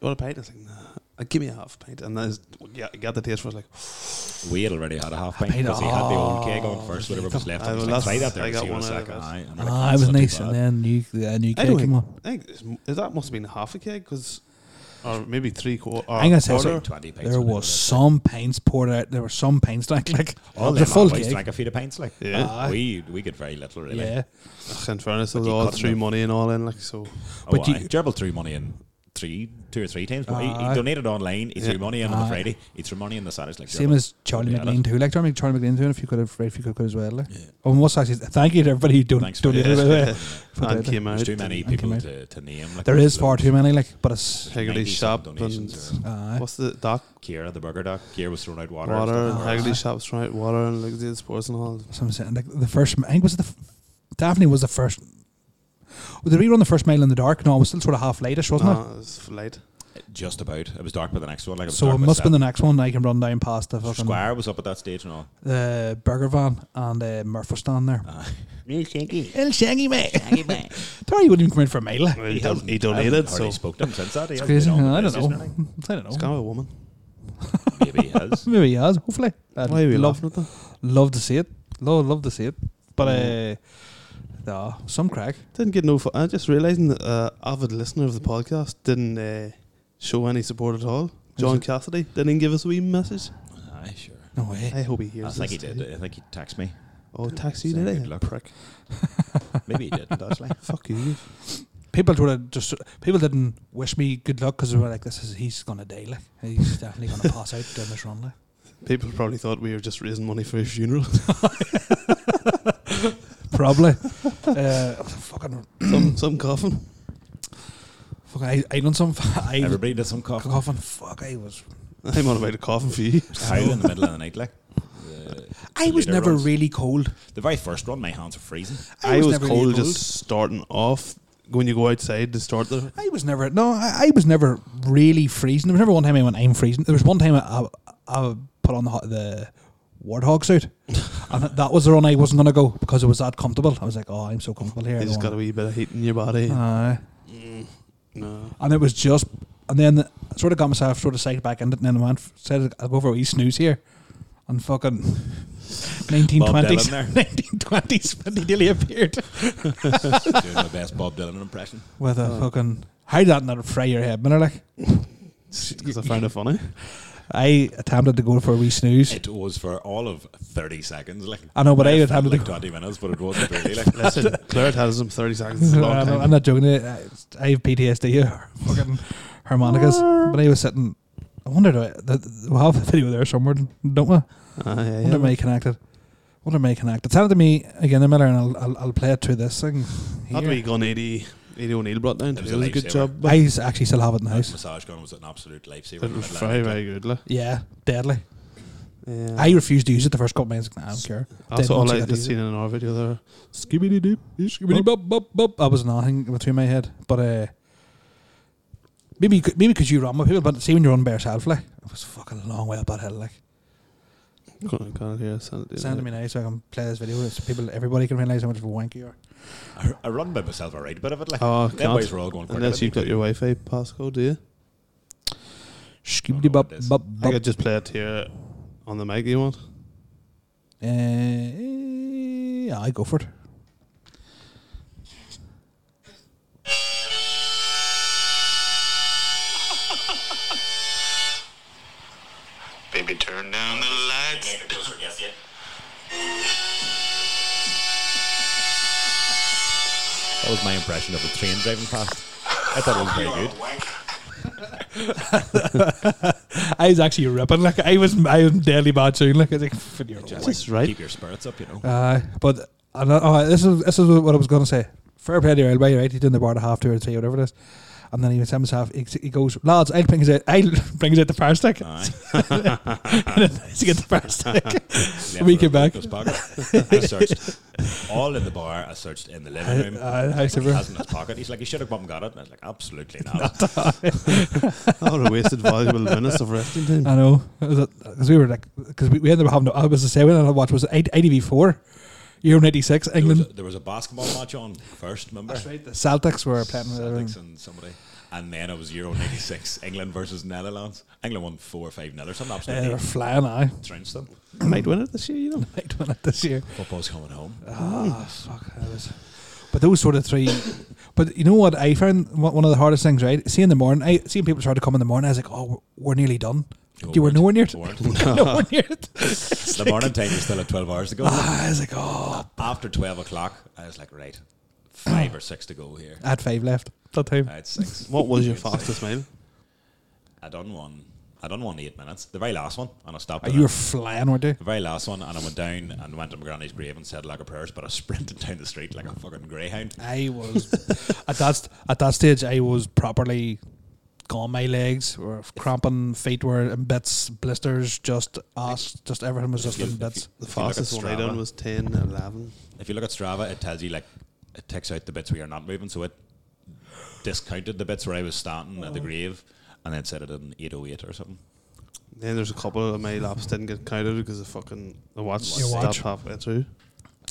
"You want a pint?" I was like, "Nah, uh, give me a half pint." And then yeah, I got the taste. I was like,
We had already had a half pint
pint.
because he had the old
Oh,
keg on first, whatever was left.
I
I was
will
like, try
last-
that there.
I
and
got
see what
one
it's
out
like.
of it.
Aye, and I'm like,
ah, it
that's
was
not too
nice. And
bad.
then new uh, new
I
cake
don't
came on.
"I think it's, m- is that must have been half a keg, cause, or maybe three quarter.
I'm gonna say
It was
Order.
like 20 pints
There
or whatever
was
that's
some pints poured out. There were some pints like like
like. All
it was a
them
full
full boys
cake.
drank a few of pints. Like, "Ah,
Yeah.
Aye.
we we get very little really.
Yeah,
Ugh, in fairness, it was
you
all
cut
through
enough.
money and all in, like so.
Oh,
But
but
you- Ah.
you gerbil threw money in three, two or three times. But he, he
Aye.
donated online. He threw
Yeah.
money in on the
Aye.
Friday. He threw money in the Saturday. It's Like
Ah. Same as Charlie
Yeah, that-
McLean too. Like Charlie, Charlie McLean too. And if you could have, if you could, could as well. Like.
Yeah.
Oh, and what's actually thank you to everybody who don-
Thanks for
donated. by the way. For
and
that.
came out.
There's too many
Thank you,
people
mate.
to, to name. Like
There is far too many. Like, but it's
Haggerty
90
Shop
some
and
donations or-
uh,
what's the doc
Kira, the burger doc. Kira was throwing out water.
water,
and
and
stuff.
Haggerty
Aye.
Shop's right water and Lixivian Sports and all.
that's what I'm saying. Like the first, I think was it the f- Daphne was the first. Well, did we run the first mile in the dark? No, it was still sort of half lightish, wasn't
no, It's late.
Just about. It was dark by the next one. Like
Uh-huh. it?
was
So
dark
it
by
must have been
seven.
the next one. I can run down past the fucking
Squire was up at that stage and all. Ah.
the burger van and uh, Murph was standing there.
Real shaky.
El Shaggy mate, Terry wouldn't even come in for a mile. like.
He, don- he donated, so
He
it's
spoke to him since that. He
It's
hasn't
crazy.
been on the
I don't
business or
know.
anything.
I don't
kind
know.
of a woman.
Maybe he has.
Maybe he has. Hopefully, I'd
Why are we
love
laughing at that?
Love to see it. Love, love to see it. But uh, no, some crack.
Didn't get no. Fo- I just realising that uh, avid listener of the podcast didn't uh, show any support at all. John
it?
Cassidy didn't even give us a wee message.
Aye, sure.
No way.
I hope he
I
hears.
think he
this
did. I think he texted me.
Oh, taxi you
Saying
did
good
it,
luck.
prick.
Maybe he didn't, actually.
Fuck you.
People sort of just people didn't wish me good luck because they were like, "This is he's gonna die. Like he's definitely gonna pass out during this run. Like
People probably thought we were just raising money for his funeral.
probably." uh, fucking,
some some coffin.
fucking, I, I done some. I
Everybody did some cough.
coughing. Fuck, I was.
I'm on about a coffin for you.
Kyle in the middle of the night, like. The,
I was
later
never
runs.
really cold.
The very first run, my hands were freezing.
I
I,
was
was,
never really
cold
cold.
just starting off. When you go outside to start the
I was never. No, I, I was never really freezing. There was never one time I went. I'm freezing. There was one time I I, I put on the hot- the warthog suit, and that was the run I wasn't gonna go because it was that comfortable. I was like, oh, I'm so comfortable here. I
you just got
don't
a wee bit of heat in your body.
wanna-" Aye.
Mm, no.
and it was just, and then I sort of got myself sort of psyched back into it, and then I went, said, I'll go for a wee snooze here, and fucking. 1920s,
Bob
1920s, when he nearly appeared
Oh.
Doing my best Bob Dylan impression.
with a
Oh.
fucking how that not fry your head, man. Like
Because I found it funny.
I attempted to go for a wee snooze.
It was for all of 30 seconds. Like
I know, but I would have
felt
to
like
do-
20 minutes, but it wasn't really. Like,
Listen, Claire had us in 30 seconds. It's a long
Um, I'm,
time.
I'm not joking. I I have PTSD. here. Fucking harmonicas. but I was sitting. I wondered. uh, th- th- We'll have the video there somewhere, don't we?
Ah, yeah,
Wonder
yeah.
am I connected? Wonder am I connected? Send it to me again, Miller, and I'll, I'll I'll play it through this thing.
That
here.
wee gun 80, 80 O'Neill brought down.
It
It
was
was,
a
a good
lifesaver.
job. but
I s- actually still have it in the
that
house.
massage gun was an absolute
It
lifesaver. in the
was
middle of
very,
the night.
very good. Like.
Yeah, deadly.
Yeah.
I refused to use it the first couple minutes. Like, nah, I don't care.
That's
did
all
once you
I
got
just
to use
seen in our video there.
Skibbity doop, skibbity bop, bop, bop. That was nothing between my head, but uh, maybe you could- maybe because you run with people, but see when you run by yourself, like it was fucking a long way up that hill, like.
Oh, Can't, can't hear. Send it to you
Send
later.
them in now so I can play this video. So people, everybody can realise how much of a wank you are.
I, I run by myself a right bit of it. Like,
Oh,
them boys
can't.
were all going quicker
Unless
than
you've
me.
got your Wi Fi passcode, do you?
Skibbity bop,
it is.
bop,
I
bop.
could just play it here on the mic you want.
Uh, yeah, I go for it.
Baby, turn down the lights.
That was my impression of a train driving past. I thought it was very good.
I was actually ripping. Like I was, I was deadly bad soon. Like I was like, "Fuck you,
Just,
wank."
That's right.
Keep your spirits up, you know.
Uh, but and, uh, this is this is what I was going to say. Fair play to Elway, right? He's doing the bar to half two or three, whatever it is. And then he was himself. He, he goes, lads, I'll bring us out. I'll bring us out the fire stick.
Aye.
and then he gets the fire stick.
Left
We
it in
came back.
his pocket. I searched all in the bar. I searched in the living room.
Uh, how's
he
ever-
has in his pocket. He's like, he should have come and got it. And I was like, absolutely not.
I would have wasted valuable minutes of resting time.
I know because we were like because we, we ended up having. I was the seven and I watched was eight eighty four, year ninety six
There was, a,
England.
there was a basketball match on first, remember?
That's right. The Celtics were playing.
Celtics and somebody. And then it was Euro 96, England versus Netherlands. England won 4 or 5 nil or something.
Uh, they
Absolutely
were flying. I
trounced them.
Might win it this year, you know.
might win it this year.
Football's coming home.
Ah, fuck. I was. But those sort of three. But you know what I found one one of the hardest things, right? See in the morning, I seeing people try to come in the morning. I was like, oh, we're, we're nearly done.
No,
you were
weren't.
nowhere near it.
We weren't.
nowhere near it.
the morning time was still at 12 hours to go.
Ah, I was like, oh,
After 12 o'clock, I was like, right, five or six to go here.
I had five left. that time.
I had six.
What was your
Good six.
fastest mile?
I done one. I done one eight minutes. The very last one, and I stopped.
Uh,
at
you
it.
were flying, weren't you?
the very last one, and I went down and went to my granny's grave and said like a prayers, but I sprinted down the street like a fucking greyhound.
I was at that st- at that stage. I was properly gone. My legs were cramping, feet were in bits, blisters, just ass, just everything was just
If you-
in
if
bits.
The
you- if you look at
fastest one I
Strava-
done was 10, 11.
If you look at Strava, it tells you like it takes out the bits where you're not moving, so it discounted the bits where I was standing
Oh.
at the grave, and then said it in eight oh eight or something.
Then there's a couple of my laps didn't get counted because I fucking I watched
Your watch.
stopped halfway through.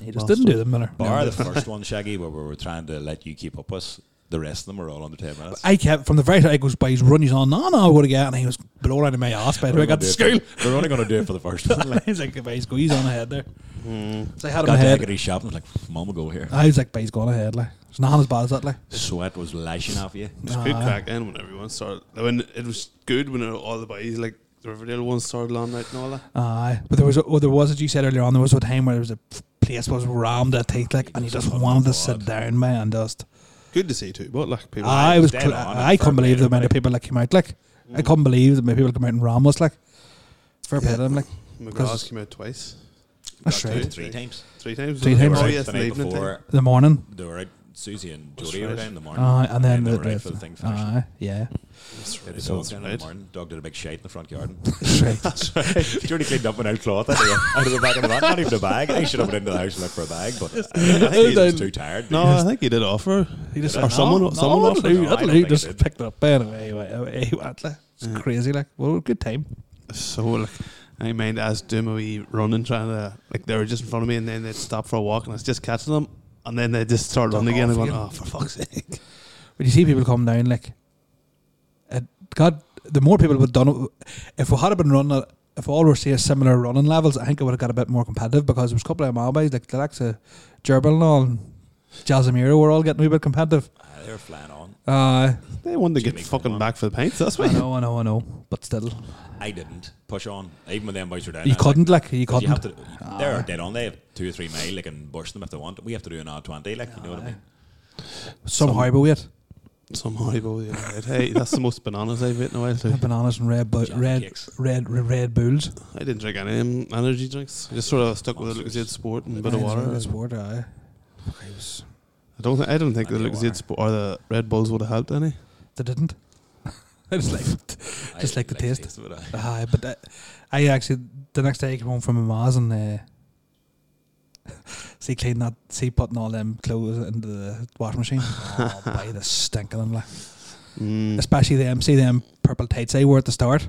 He just didn't do them, Miller.
Bar the first one, Shaggy, where we were trying to let you keep up with. The rest of them were all under ten minutes.
I kept from the very time I goes by, he's running, he's on, no, no, I'm going to get, it," and he was blown out of my ass by the
We're
way I got to
gonna do
school.
it for- We're only going to do it for the first one. Like,
he's like, "But he's go, he's on ahead there.
Hmm.
So I had him
got to
ahead.
Agony shop and was like, "Mum will go here."
I was like, but he's gone ahead, like. It's not as bad as that, like.
Sweat was lashing off you.
It was good crack in when everyone started. When it was good when all the boys like the Riverdale ones started on out and all that.
Aye, but there was, oh, there was, as you said earlier on, there was a time where there was a place was rammed at tight, like, and you
Oh,
just wanted to sit down, man, and just.
Good to see too, but like people.
I was,
dead
cl-
on
I
it for
couldn't believe
me,
the amount of
like- Hmm.
people that came out, like. I couldn't believe the amount of people that come out in Ram was like. Fair play to them, like.
McGraw's
'cause-
came out twice,
That's
Got
right.
to.
Three times.
three times.
Three
Oh,
times.
yeah,
They were out
it's
the
an
night
evening thing.
before.
The morning.
They were out. Susie and
That's
Jody were
right.
down in the morning.
Aye, Ah, and then
they
the.
were out for the
the ah,
thing finished.
aye, yeah.
That's right,
They had a dog
that's
down in
right.
the morning. Dog did a big shite in the front garden.
Right.
Jody cleaned up an old cloth out of, the, out of the back of the van. Not even a bag. I should have went into the house and looked for a bag, but I think he was too tired.
No, I think he did offer. Uh,
He just
or
went,
someone,
no,
someone
no,
offered.
that'll do,
No, I
that'll
don't
do.
think I
Just
did.
picked it up anyway. Away, away he went, like. It's crazy, like. Well, good time.
So like, I mind as doing a wee run and trying to like they were just in front of me and then they'd stop for a walk and I was just catching them and then they just start running again and
off
going,
again.
oh for fuck's sake.
When you see people come down, like, it, God, the more people would have done it, if we had been running, at- if all were say similar running levels, I think it would have got a bit more competitive because there was a couple of Malbys, like the likes of Gerbil and all, and Jasimiro were all getting a wee bit competitive.
Ah, they were flying on.
Uh,
They wanted to get
Jimmy, come
fucking
on.
back for the paints. That's
I
why.
know, I know, I know, but still,
I didn't push on. Even when them boys were down.
you
I was like,
couldn't, like, you
Because
couldn't. Ah.
you have to, they're dead on. They have two or three mile. They can burst them if they want. We have to do an odd twenty. Like you know what I mean.
somehow, but wait,
Somehow, but yeah, right. hey, that's the most bananas I've eaten in a while too.
bananas and red, bu-
Jam
red,
cakes.
red, red, red bulls.
I didn't drink any um, energy drinks. I just sort of stuck with the Lucasade Sport and a bit of
Aye, it's
water.
really good sport, aye.
I don't. Th- I don't think the
And your water.
Lucasade Sport or the Red Bulls would have helped any.
They didn't. I just like
I
Just like the taste.
of it. aye.
Aye, but that, I actually the next day I came home from my ma's and uh, see cleaning that, see putting all them clothes into the washing machine. Oh, by the stink of them, like
Mm.
especially them, see them purple tights I wore at the start.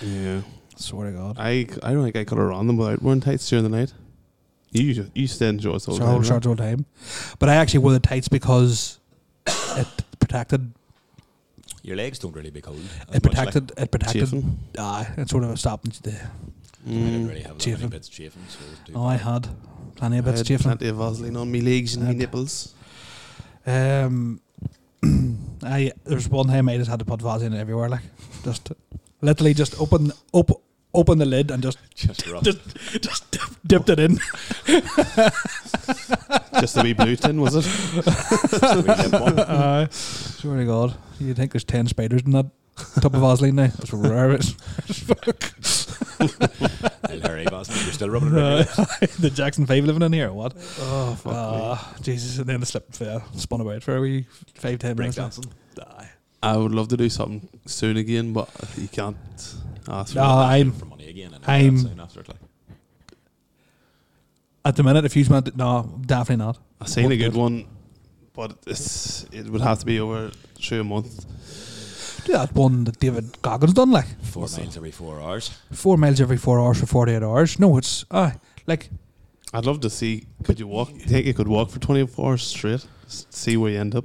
Yeah.
Swear to God,
I, c- I don't think I could have run them without wearing tights during the night. You ju- you stayed in shorts all
it's
the
our whole
time. right?
short old time. But I actually wore the tights because it protected,
Your legs don't really be cold. as
it
much, like.
Er protected, it protected.
Chafing.
Aye, it sort of stopped. me to-
I didn't really
Mm.
have that many
Chafing.
bits of chafing. So it was too
Oh, I
bad.
had plenty of
I
bits
had
chafing.
Plenty of Vaseline on me legs and me
Had-
nipples.
Um, I there was one time I just had to put Vaseline everywhere, like just literally just open op, open the lid and just
Just rough.
just just dip, dipped it in.
Just a wee blue tin, was it?
Just a wee nip on.
Uh, swear to God, you think there's ten spiders in that tub of Vaseline now? That's rare. as fuck.
I'll hurry, boss. You're still rubbing it around.
the Jackson Five living in here, or what?
Oh fuck me.
Ah, Jesus! And then the slip and fell, spun about for a wee five ten minutes. eh? like.
Breakdancing.
Aye.
I would love to do something soon again, but you can't ask for
No,
it.
I'm
For money again. And
I'm-
I'm. Soon after, it, like.
at the minute. If you meant no, definitely not.
I seen a good one, but it's it would have to be over through a month.
Do that one that David Goggins done, like.
Four
What's
miles every four hours.
four miles every four hours for 48 hours. No, it's ah, like
I'd love to see. Could you walk? You think you could walk for twenty four hours straight? S- See where you end up.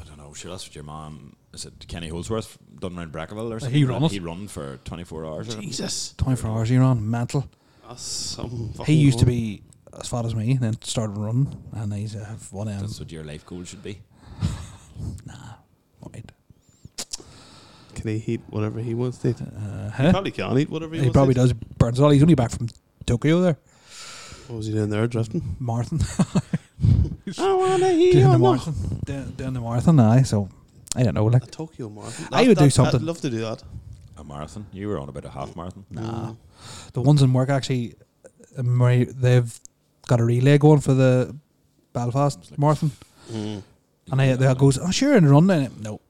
I don't know. Sure, that's what your mom. Is it Kenny Holdsworth done around Brackerville or
He
something?
run it.
He run for 24 hours. or-
Jesus,
24 hours you're on, mental.
that's some.
He
fucking
used to
goal.
be as fat as me, and then started running, and he's uh, one M.
That's what your life goal should be.
Right.
Can he eat whatever he wants to? Eat?
Uh,
He
huh?
probably can eat whatever he,
He
wants.
probably
to eat.
does. Burns it all. He's only back from Tokyo there,
What was he doing there? Drifting.
Martin.
I wanna
Doing
hear
the
more.
Martin. down, down the marathon, aye. So I don't know. Like
A Tokyo marathon.
I would do
I'd
something.
love to do that. Mm.
A marathon? You were on about a half marathon.
Nah. the ones in work actually, uh, Murray, they've got a relay going for the Belfast marathon,
Mm.
and I they goes, oh sure, and run then. No,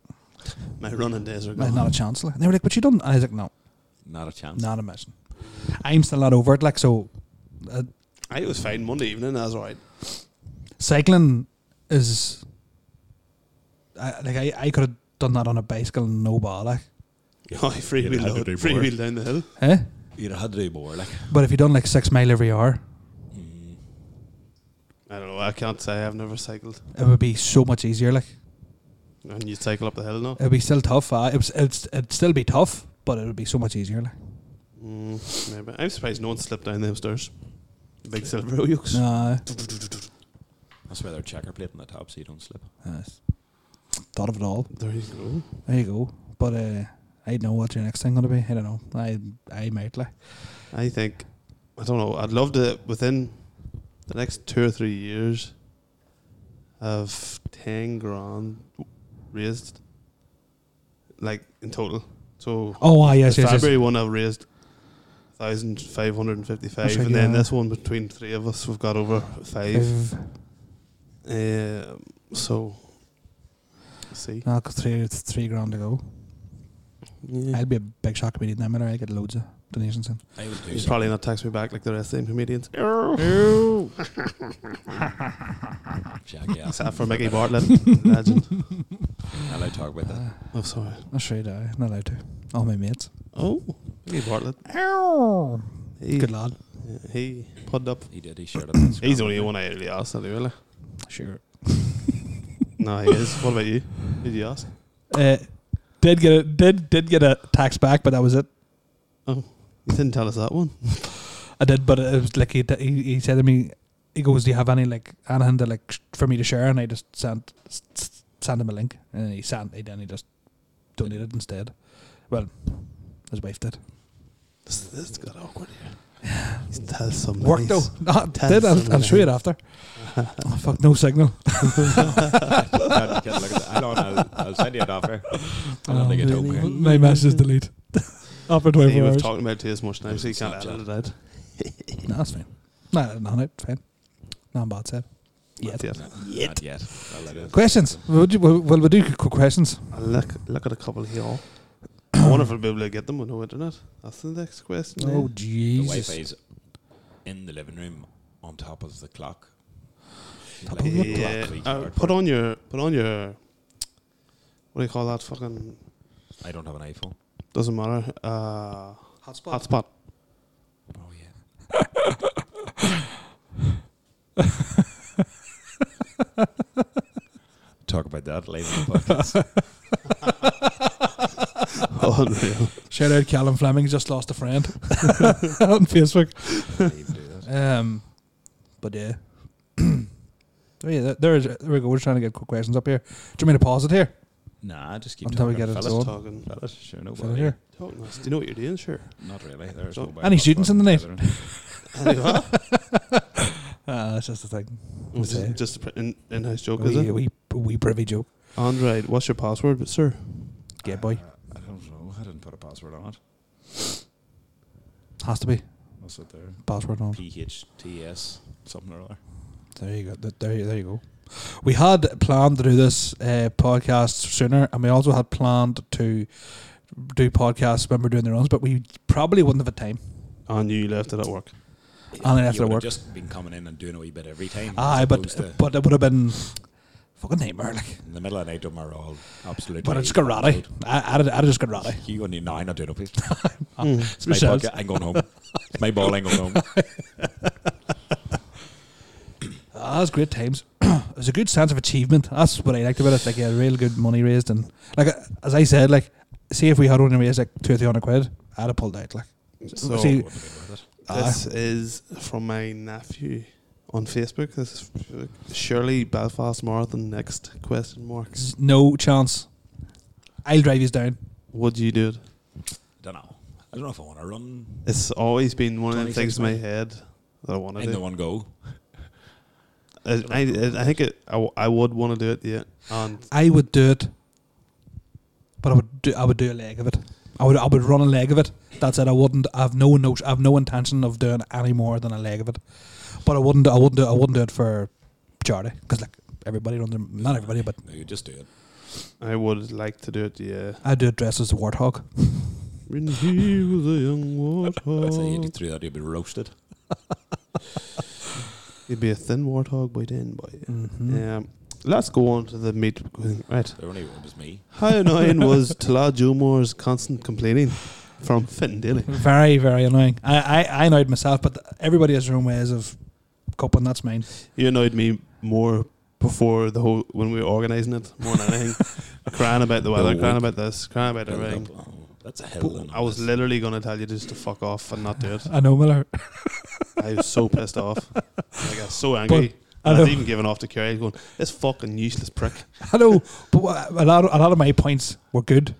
My running days are
no,
gone.
not a chance. Like, and they were like, but you done? And I was like, no,
Not a chance.
not a mission. I'm still not over it. Like so, uh,
I was fine Monday evening. That's all right.
cycling is I, like I, I could have done that on a bicycle and no ball like
Oh, freewheel,
You'd have to
load,
do more.
freewheel down the hill.
eh?
You'd have had to do more. Like mm,
but if you done like six mile every hour
I don't know. I can't say I've never cycled.
it would be so much easier like
And you cycle up the hill now.
it would be still tough uh, it was, it'd, it'd still be tough but it would be so much easier like
Mm, maybe. I'm surprised no one slipped down them stairs. The big silver yokes.
no
that's why they're checker plate on the top so you don't slip.
thought of it all
There you go.
there you go but uh, I don't know what your next thing gonna be I don't know I I might like
I think, I don't know, I'd love to, within the next two or three years, have 10 grand raised, like in total. So,
oh ah, yes
the
yes, yes
February one I've raised 1,555,
That's
and
right,
then
yeah.
this one between three of us, we've got over five.
If-
Um, so, let's see.
no, 'cause three it's three grand to go
Yeah.
I'll be a big shock comedian then whenever I get loads of donations in
I would do
He's
something.
probably not text me back like the rest of the comedians.
Shaggy ass.
Except for Mickey Bartlett, legend.
I'll let you talk about that.
Oh, sorry.
I'm sure die. Not allowed to. All my mates.
Oh, Mickey Bartlett. He,
Good lad.
He pulled up.
He did. He shared it.
He's only one I really asked, really.
Sure.
No, he is. What about you? Did you ask?
Uh, did get a did did get a tax back, but that was it.
You didn't tell us that one.
I did, but it was like he d- he, he said to me, he goes, "Do you have any like anything to like sh- for me to share?" And I just sent s- s- sent him a link, and then he sent he then he just donated instead. Well, his wife did.
This, this got awkward here. He's tell somebody.
Worked though. No, it did I'll, I'll show you it after. oh, fuck no signal.
Can't- can't look at that. I don't know. I'll send you it after. I don't
Oh,
think it's
my-
open.
My message delete after
See,
twenty four
we've
hours.
talked about it too as much now, so you can't edit it out.
No, that's fine. No, no, no, fine. No, I'm bad said.
Not yet.
Yet. Not yet. I'll let it.
Questions? Would you, well, we'll do quick questions.
I'll look, look at a couple here. I wonder if I'll be able to get them with no internet. That's the next question. eh?
Oh,
The
Jesus.
Wi-Fi's in the living room on top of the clock.
Top
Like
of
a
the
yeah.
clock.
Uh, put on your, put on your, what do you call that? Fucking
I don't have an iPhone.
doesn't matter. Uh,
Hotspot.
hotspot.
Oh yeah. Talk about that later in the podcast.
Unreal.
Shout out Callum Fleming, just lost a friend on Facebook.
Leave do that.
Um, but yeah. oh, yeah, there, there is, there we go. We're trying to get quick questions up here. Do you mean to pause it here?
Nah, just keep
Until we
talking.
get it
fellas,
sorted.
talking.
fellas, sure, no
Fella
bother.
here.
Talking us. Do you know what you're doing? Sure.
Not really. There's
So-
no
Any students in the night? Ah, that's just the thing.
Which
Okay. Oh,
is just an in, in-house joke, is
We,
it?
we, we privy joke.
Andre, what's your password, but sir?
Gay boy.
Uh, I don't know. I didn't put a password on it.
Has to be.
What's it there?
Password on.
PHTS something or other.
There you go. Th- There, you- there you go. We had planned to do this uh, podcast sooner, and we also had planned to do podcasts when we're doing the runs, but we probably wouldn't have had time.
And you left it at work.
And then
You
after
would've
work.
just been coming in and doing a wee bit every time. as
Aye, but
opposed to
but it would have been fucking nightmare. Like,
in the middle of the night, them are all absolutely.
but it's karate. I, I'd, I'd just got ratty.
You only know I'm not doing it. please.
Mm.
It's my
Yourselves.
podcast. I'm going home. It's my ball. I'm going home.
Ah, it was great times. it was a good sense of achievement. That's what I liked about it. Like, yeah, real good money raised, and like uh, as I said, like, see if we had only raised like two or three hundred quid, I'd have pulled out. Like,
So
See-
Wouldn't have been worth it.
this is from my nephew on Facebook. This is Shirley Belfast Marathon next question mark.
s- no chance. I'll drive you down.
Would you do it?
don't know. I don't know if I want to run
It's always been one of them
26
things in my
mile.
head that I want to
in the
do.
one go.
I, I, I think it, I, w- I would want to do it, yeah. And
I would do it, but I would do I would do a leg of it. I would I would run a leg of it. That's it. I wouldn't. I've no no. I've no intention of doing any more than a leg of it. But I wouldn't. I wouldn't. Do, I wouldn't do it for charity because like everybody runs. their- Not everybody, but
No, you just do it.
I would like to do it, yeah.
I do it dressed as a warthog.
In here was a young
I'd say
Oh.
warthog.
83 that you'd be roasted.
You'd be a thin warthog by then, boy.
Mhm.
Um, let's go on to the meat. Right.
There only one was me.
How annoying was Tala Jumore's constant complaining from Finn Daly?
Very very annoying. I, I I annoyed myself, but everybody has their own ways of coping. That's mine.
You annoyed me more before the whole when we were organising it more than anything. crying about the weather,
The
crying
wind.
about this, crying about everything.
Oh, that's a hell. of a
I was
noise.
literally going to tell you just to fuck off and not do it.
I know Miller.
I was so pissed off. Like, I got so angry.
I
and I was
know.
even giving off to Kerry, going, "This fucking useless prick."
I know, but wha- a lot a lot of my points were good.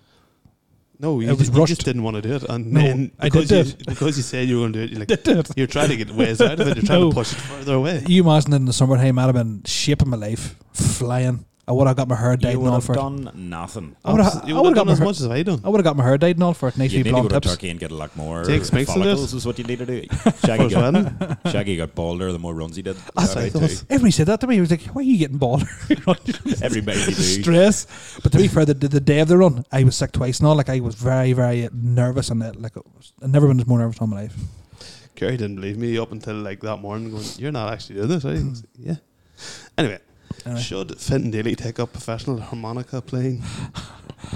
No, you,
It was
just, you just
rushed.
didn't want to do it, and
No,
then
I
because
did
you,
it.
because you said you were going to do it, you're like,
Did it.
You're trying to get ways out of it. You're trying
No.
to push it further away.
You imagine in the summertime, I'd have been shaping my life, flying. I would have got my hair dyed and Oh,
You would
all
have
for it.
done nothing.
I would
Abs-
have,
you
I would have got
done
my
as
hair,
much as I done.
I would have got my hair dyed and all for it. Nice
You
wee
need to go
blonde
to
tips.
Turkey and get a lot more
Take specs on
follicles. Is what you need to do. Shaggy
First
got,
wedding.
Shaggy got balder the more runs he did.
That's
That
what I
way too.
thought.
Everybody said that to me. He was like, "Why are you getting bothered?
Everybody eh? do.
Stress." But to be fair, the, the, the day of the run, I was sick twice and all. Like I was very, very nervous and uh, like it was- I've never been more nervous in my life.
Kerry didn't believe me up until like that morning, going, "You're not actually doing this, are you?" I was like, yeah. Anyway,
Anyway.
should Fenton Daly take up professional harmonica playing?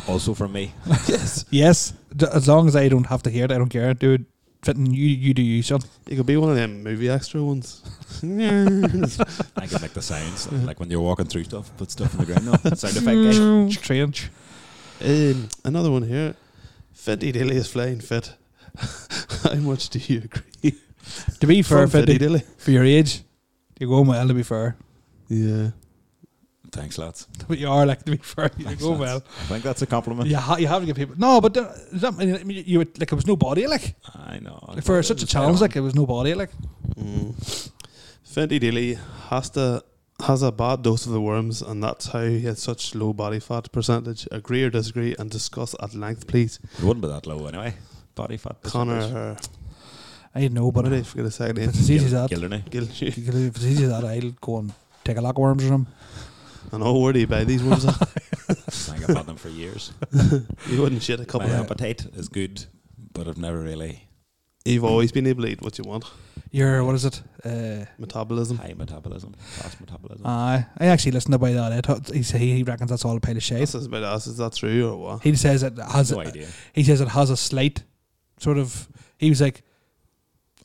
Also from me.
yes,
Yes, d- as long as I don't have to hear it, I don't care, dude. Fitting you, you do you, son.
he could be one of them movie extra ones. Um, That's
I can make the sounds
Uh-huh.
like when you're walking through stuff, put stuff in the ground. No, sound effect. eh? guy.
Train.
Um, another one here. Fenty Daly is flying fit. How much do you agree?
To be fair,
From Fenty
Fitty,
Daly.
for your age, you're going well. To be fair,
Yeah.
Thanks, lads.
but you are like to be fair, you're
Thanks,
going well.
lads. I think that's a compliment.
You, ha- you have to give people no, but the- is that, I mean, you would, like it was no body like
I know.
for such a challenge like it was no body like
Mm. Fenty Daly has to has a bad dose of the worms, and that's how he had such low body fat percentage. Agree or disagree, and discuss at length, please.
It wouldn't be that low anyway. Body fat. percentage.
Connor,
I know, but
what did I
if
forget a second name?
it's easy as
Gil-
that,
Gilderney.
if it's easy as that, I'll go and take a lock of worms or something.
And oh, where do you buy these worms? at?
I think I've had them for years.
you wouldn't shit a
My
couple. of
appetite is good, but I've never really
You've always been able to eat what you want.
Your what is it? Uh,
Metabolism.
high metabolism, fast metabolism.
I I actually listened to by that. I thought- He sa- he reckons that's all a pile of shit.
This is about us. Is that true or what?
He says it has.
no
a,
idea.
he says it has a slight sort of. He was like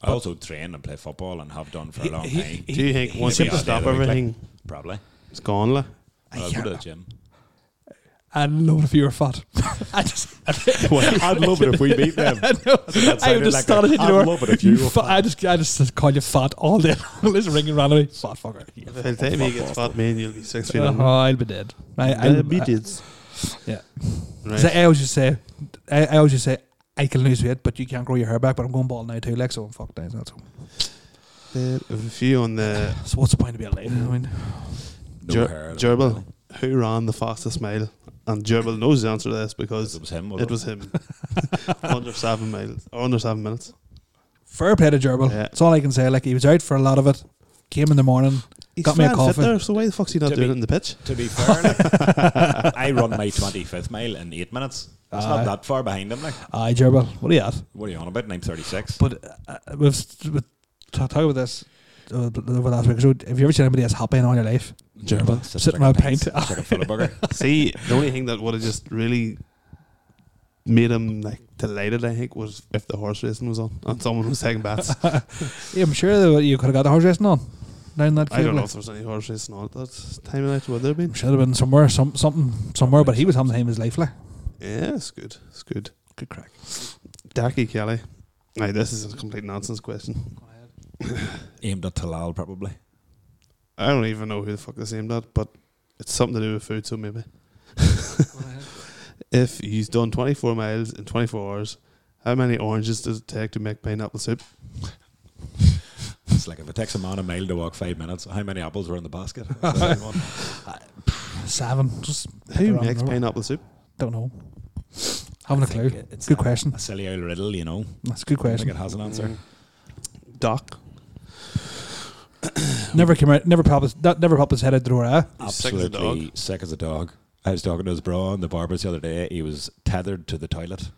I also train and play football and have done for
He-
a long
he-
time.
he-
Do you think
he-
once
he-
you
he-
stop
he-
everything,
Probably.
it's gone? Like?
But I'll
yeah.
go to the gym.
I'd love it if you were fat. I just,
I'd love it if we beat them.
I know. I
that
would
sounded
just
like
started
a-
it. You
I'd
know,
love it if you were
fat. I just, I just call you fat all day. long. Just ringing around me, fat fucker.
If the time he gets fat, man, you'll be six feet
Oh,
under.
Uh-huh.
I'll be dead. I, I,
Diabetes.
Yeah. I,
Right.
so I always just say, I, I always just say, I can lose weight, but you can't grow your hair back. But I'm going bald now too, like so. I'm fucked eh, down. So,
There are a few on the
so what's the point of being alive? I mean,
No
Ger-
hair, no
gerbil.
nothing.
Who ran the fastest mile? And Gerbil knows the answer to this because
It was him.
it was him. under seven miles or under seven minutes.
fair play to Gerbil.
Yeah.
That's all I can say. Like he was out for a lot of it. Came in the morning.
He's
Got me a
fine fit
coffee.
There, so why the fuck's he not
Jimmy.
doing it in the pitch?
To be fair, like, I run my 25th mile in eight minutes. It's
Aye.
not that far behind him. Like,
Aye, Gerbil. What are you at?
what are you on about? And I'm 36.
But uh, we've, we've talked about this uh, over last week. So, have you ever seen anybody as happy in all your life?
Gerbil. Such
Sitting
a
on a
fucking
pint.
pint, such a full of bugger.
See, the only thing that would have just really made him like delighted, I think, was if the horse racing was on and someone was taking bets.
Yeah, I'm sure that you could have got the horse racing on down that.
I don't
cable.
know if there was any horse racing on at that time of night. Would there
I'm
been?
sure there have been somewhere, some something somewhere. But he was having the time of his life, like
Yeah, it's good. It's good.
good crack.
Daki Kelly. Now this is a complete nonsense question.
Aimed at Talal, probably.
I don't even know who the fuck this aimed at, but it's something to do with food, so maybe. if you've done 24 miles in 24 hours, how many oranges does it take to make pineapple soup?
minutes. Like if it takes a man a mile to walk five minutes, how many apples were in the basket? I
Seven. Just
Who
around
makes
the-
pineapple soup?
Don't know. Haven't a clue.
think it- it's
Good
a-
question.
A silly old riddle, you know.
That's a good
I think
question.
it has an answer.
Doc.
Never came out. Never popped. His, that never popped his head out the door. Eh?
Mm-hmm. He's sick as a dog.
Absolutely sick as a dog. I was talking to his bro on the barbers the other day. He was tethered to the toilet,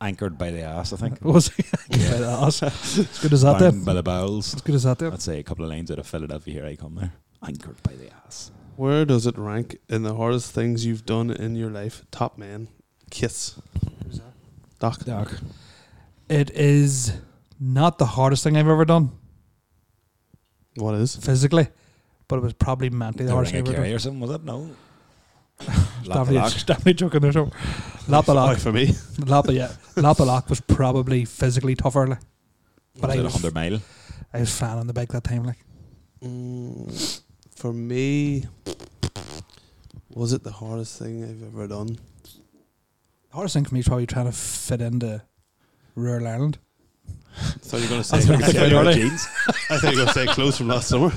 anchored by the ass, I think.
What was he? By the ass. As good as that.
Bound by
There.
the bowels.
As good as that. There.
I'd say a couple of lines out of Philadelphia. Here I come there. Anchored by the ass.
Where does it rank in the hardest things you've done in your life? Top man, kiss. Doc.
Doc.
It is not the hardest thing I've ever done
What is?
physically, but it was probably mentally the
The
hardest
ring
thing
of
I've ever done.
Kerry or something, was it? No. Lap the
Definitely,
lock.
it's definitely joking there. So, lap the
Doc
lock,
for me.
lap the- yeah, lap the lock was probably physically tougher. Like. But
Was
I
it
was,
100 mile?
I was fan on the bike that time. Like
Mm, for me, was it the hardest thing I've ever done?
the hardest thing for me is probably trying to fit into rural Ireland.
So you're going to say,
I
I
was gonna
thought
say
you were
your
gonna-
jeans.
I thought you were going to say clothes from last summer.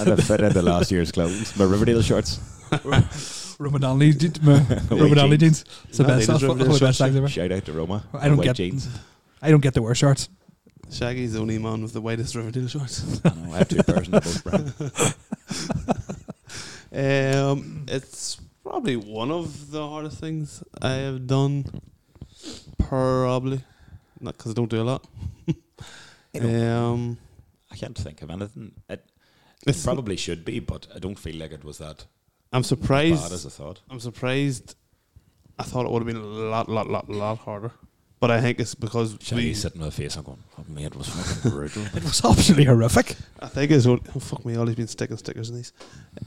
I'd have fit into last year's clothes. My Riverdale shorts.
Roman Donnelly, did- my- Roman Donnelly jeans. It's the
No, they
best. That's
deserve
one of
their
the best
shirts,
things ever.
Shout out to Roma.
I don't
White
get-
jeans.
I don't get to wear shorts.
Shaggy's the only man with the whitest Riverdale shorts.
I know, I have two pairs in the both brand.
Um, it's probably one of the hardest things I have done. Probably, not because I don't do a lot. um,
I can't think of anything. It
it's probably.
probably should be, but I don't feel like it was that
I'm
bad as
surprised.
I thought.
I'm surprised. I thought it would have been a lot, lot, lot, lot harder. But I think it's because
Shaggy
we.
sitting with a face and going, oh, mate, it was fucking brutal.
It was absolutely horrific.
I think it's only, oh, fuck me. Ollie's been sticking stickers in these.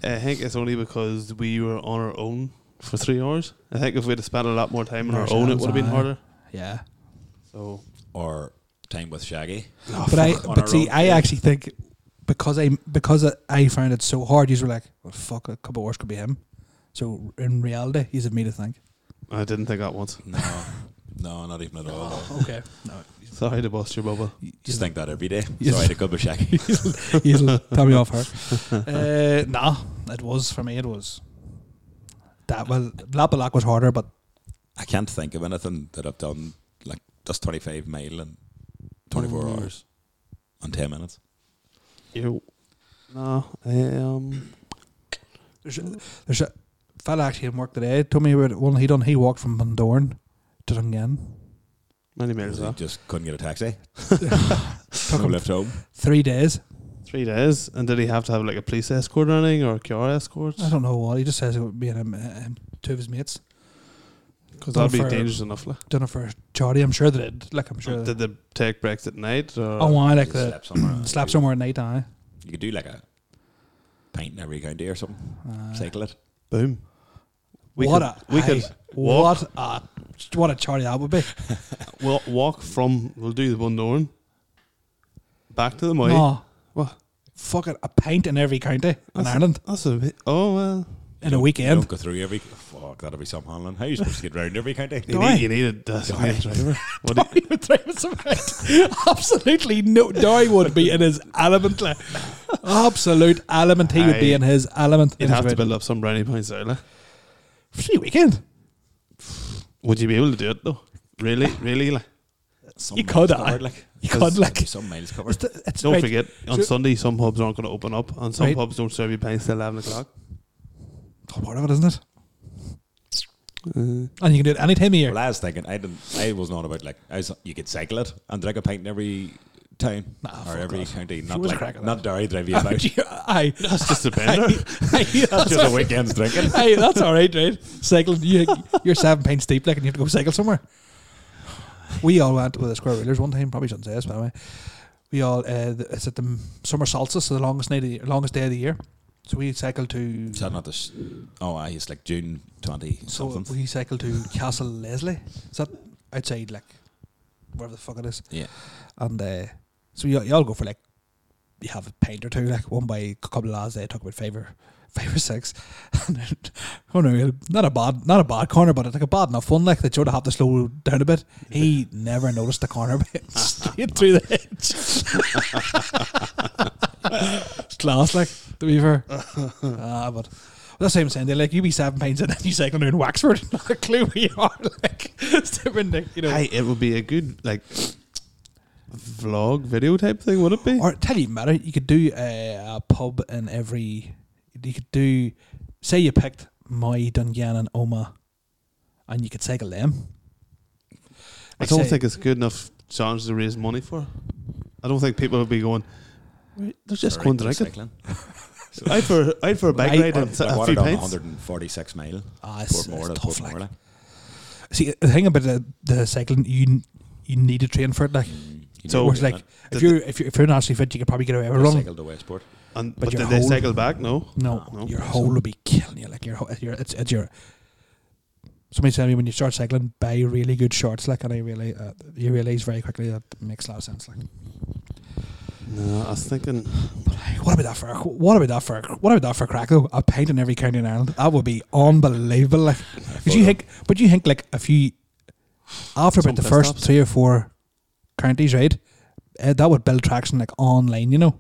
Uh, I think it's only because we were on our own for three hours. I think if we'd have spent a lot more time on our own, it
Ourselves,
would have been
aye.
harder.
Yeah,
So
or time with Shaggy.
but I,
fuck, on our
but see,
own,
I
yeah.
actually think because I because I found it so hard, you were like, well, fuck, a couple of hours could be him. So in reality, he's of me to think.
I didn't think that once.
No, no, not even at all.
Okay, no,
Sorry to bust your bubble.
Just think that every day.
Yes.
Sorry to go with Shaggy.
he's tell me off her. Uh, nah, it was for me. It was that. Well, Lapalak was harder, but
I can't think of anything that I've done like just 25 mile in 24
Mm.
hours and 10 minutes.
You. No. Um.
there's a, there's a fella actually in work today told me about one he done. He walked from Bundoran to Dungan.
Many minutes
I
that.
Just couldn't get a taxi.
Took
No
him
lift home.
three days.
Three days, and did he have to have like a police escort or anything, or a car escort?
I don't know what he just says. It would be him, um, two of his mates.
Because that'd be
Dunfer-
dangerous enough. Like.
Done it for charity. I'm sure they did. Like I'm sure. They
Did they take breaks at night? Or
Oh, I like
Just
the
slept somewhere and
slap
you-
somewhere at night. Aye.
You could do like a pint in every county or something.
Aye.
Cycle it.
boom! We
Uh, what
could,
a
we
aye,
could walk,
what a what a charity that would be.
we'll walk from. We'll do the Bundoran back to the Moy.
No,
What?
fuck it, a pint in every county in
That's-
Ireland
That's a bit. Oh well.
in a
You don't
weekend.
go through every. Fuck, that'll be some handling. How are you supposed to get round every county?
You
Aye.
need, you need a designated driver. What do you,
He would drive us around. Absolutely no. Dory would be in his element. like. Absolute element. He would be
Aye.
in his element.
you'd
in
have to
his
build up some brownie points there. Like.
free weekend.
Would you be able to do it though? Really, really? Like.
Some
You
miles
could,
covered,
aye.
like.
You
There's
could like.
gonna be some miles
It's,
covered.
the- it's
Don't
right.
forget, on
Sure.
Sunday some pubs aren't going to open up, and some
Right.
pubs don't serve you pints till eleven o'clock.
It's part of it, isn't it? And you can do it any time of year.
Well, I was thinking, I didn't, I was not about like, I was, you could cycle it and drink a pint in every town
Nah,
or
fuck
every
off.
county.
She
Not
was
like,
cracking
not Derry drive you
Oh,
about.
gee, Aye.
That's just a bender.
Aye, that's
Just a
all right.
weekend's drinking.
Aye, that's all right, right? Cycling, you, you're seven pints deep, like, and you have to go cycle somewhere. We all went with the square wheelers one time. Probably shouldn't say this, by the way. We all uh, the, it's at the m- summer solstice, so the longest night, of the, longest day of the year. So we cycled to
Is that not the, sh- oh, aye, it's like June 20
so
something.
we cycled to Castle Leslie. Is that outside, like wherever the fuck it is?
Yeah.
And uh, so you, you all go for like you have a pint or two, like one by a couple of lads. They took about five or five or six. Unreal. Not a bad, not a bad corner, but it's like a bad enough one. Like that, you'd have to slow down a bit. He never noticed the corner bit straight through the hedge. It's class, like to be fair. Ah, but. That's what I'm saying. They like you be seven pounds and then you cycle down Waxford. Not a clue where you are. Like it's different. Like, you know,
Hey, it would be a good like vlog video type thing, would it be?
Or tell you matter, you could do a, a pub in every. You could do, say you picked Maui, Dungan, and Oma, and you could cycle them.
I
Like
don't
say-
think it's a good enough challenge to raise money for. I don't think people would be going. "Right, There's just
Sorry,
going drinking.
cycling.
I'd for I'd for a bike
Right,
ride and
Like,
a
what
few
done
pints.
146 mile.
Ah, it's,
Portmore
it's
to
tough.
Portmore,
Like.
like.
See, the thing about the, the cycling, you n- you need to train for it. Like,
Mm, you
So-
know,
whereas
yeah,
like
The-
if you're if you're if you're naturally fit, you could probably get away with
I
running.
cycled to Westport.
And
But
but,
your
did they
whole-
cycle back? No.
No,
No.
your whole will be killing you. Like your, ho- your it's, it's your. Somebody tell me when you start cycling, buy really good shorts. Like, and I really, uh, you realize very quickly that makes a lot of sense. Like,
No, I was thinking.
what about that for? A, what about that for? A, what about that for a crack though? A pint in every county in Ireland. That would be unbelievable. Like, would you
photo.
think? But you think like if you after
Some
about the
pissed
first
offs.
three or four counties, right? Uh, that would build traction like online. You know,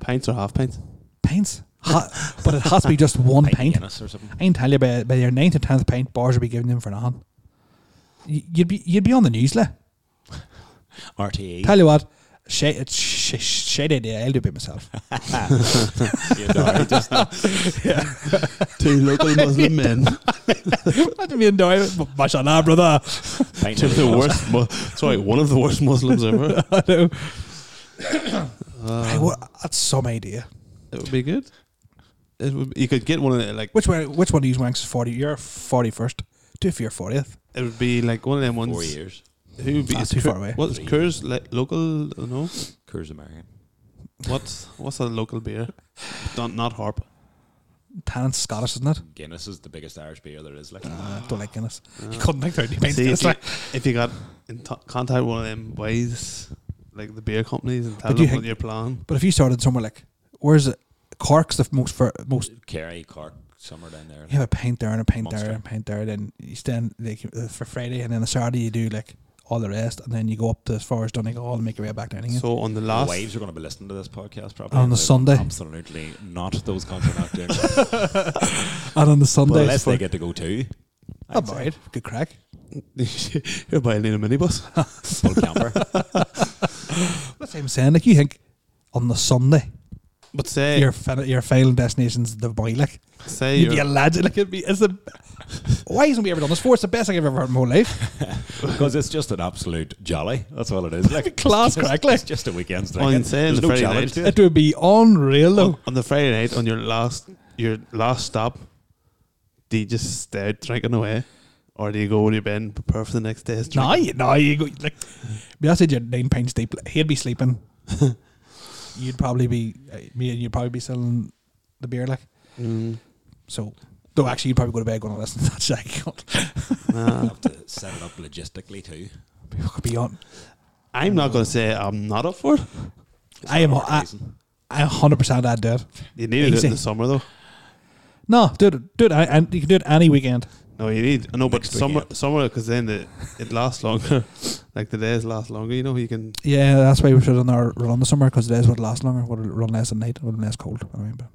Pints or half pints?
pints. Ha- but it has to be just one
Pint of
pint.
Guinness or something.
I can tell you by, by your ninth or tenth pint, bars will be giving them for nothing. Y- You'd be you'd be on the news, like.
RTE.
Tell you what, shade it's sh- sh- shade idea. I'll do it by myself.
You know, just
Two local Muslim men.
Imagine being down, mashallah, ah, brother.
pint
Two
of
of the
Guinness.
worst. Mu- sorry, one of the worst Muslims ever.
I know.
Uh, Um,
Hey, what- that's some idea.
it would be good. It would. Be, you could get one of the, like.
Which one? Which one of these ranks is forty? You're forty first. Do it for your fortieth.
It would be like one of them ones.
Four years.
Who would be?
Ah,
is
too
Cur-
far away.
What's
Three.
Ker's like local? No.
Coors American.
What's what's a local beer? Not not Harp.
Tannen's Scottish, isn't it?
Guinness is the biggest Irish beer there is. Like,
Uh, don't like Guinness. You couldn't think thirty pints.
See,
Guinness,
if, you,
like.
if you got in t- contact one of them ways, like the beer companies, and tell
But do you
them what
think-
your plan.
But if you started somewhere like, where's it? Cork's the most fir- most
Kerry, Cork, somewhere down there.
You have a pint there and a pint
Monster.
there and a pint there. Then you stand like uh, for Friday, and then a Saturday you do like all the rest, and then you go up to as far as Donegal and make your way back down again.
So on the
The
last,
wives are going to be listening to this podcast probably.
On
and
the
they're
Sunday.
Absolutely not. Those guys are not doing
and on the Sunday,
Unless they get to go too.
oh, right, good crack.
you're buying in a minibus.
Full camper.
That's what I'm saying. Like you think on the Sunday,
But say
your fin- your final destination's the boy. Like
say
you'd be a
you're,
lad. Like it'd be it's the why hasn't we ever done this before? It's the best thing I've ever heard in my whole life.
Because it's just an absolute jolly. That's all it is. Like
Class
it's,
crack, like.
It's just a weekend's
Well,
drinking.
I'm saying
There's
the
no
Friday
challenge
night.
to it.
It would be unreal though.
on, on the Friday night on your last your last stop. Do you just stay out drinking away, or do you go to your bed and prepare for the next day's drink?
No, you, no, you go like. But I said you're nine pints deep. He'd be sleeping. you'd probably be uh, me, and you'd probably be selling the beer like.
Mm,
So, though, actually, you'd probably go to bed going, "Listen, that's like
nah.
have to set it up logistically too.
be on."
I'm not going to say I'm not up for it.
I am. I, I hundred percent. I'd do it.
You need to do it
Easy.
in the summer though.
No, do it. Do it. I, and you can do it any weekend.
No, you need no, but
Next
summer,
weekend.
summer, because then the, it lasts longer. like the days last longer. You know, you can
Yeah, that's why we should have done our run in the summer because days would last longer. Would run less at night. Would less cold. I mean, but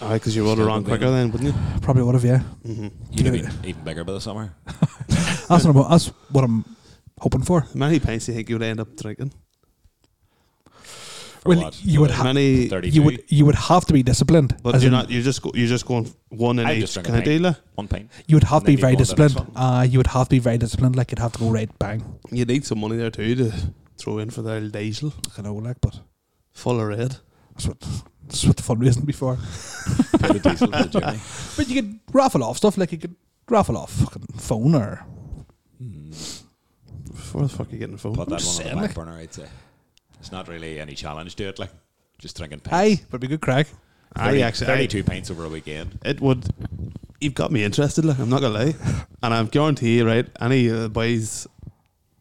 Aye, because you would have
Still
run
wouldn't
quicker then, wouldn't you?
probably would have. Yeah,
Mm-hmm.
You'd have been even bigger by the summer.
that's what I'm. That's what I'm hoping for.
Many pints you think you would end up drinking?
For
well,
what?
you would have.
Many,
Thirty-two.
You would. You would have to be disciplined.
but
as
you're
in-
not. You're just go, you're just going one in
I'd just
each
drink a
kind of
pint.
dealer.
one pint.
You would have to
And
be
then
very
you go on to the next
disciplined. Uh, you would have to be very disciplined. Like you'd have to go right bang.
You need some money there too to throw in for the old diesel,
You know, like, but
full of red.
that's what that's what the fundraising be for.
Put a diesel for the journey.
But you could raffle off stuff. Like you could raffle off fucking phone or
Where the fuck are you getting the phone?
Put that
just
one on
saying,
the
like-
back burner. I'd say it's not really any challenge to it. Like just drinking
aye,
pints.
but it'd be good crack.
I actually, aye.
thirty-two pints over a weekend.
it would. You've got me interested. Like I'm not gonna lie, and I'm guarantee you, right? Any uh, boys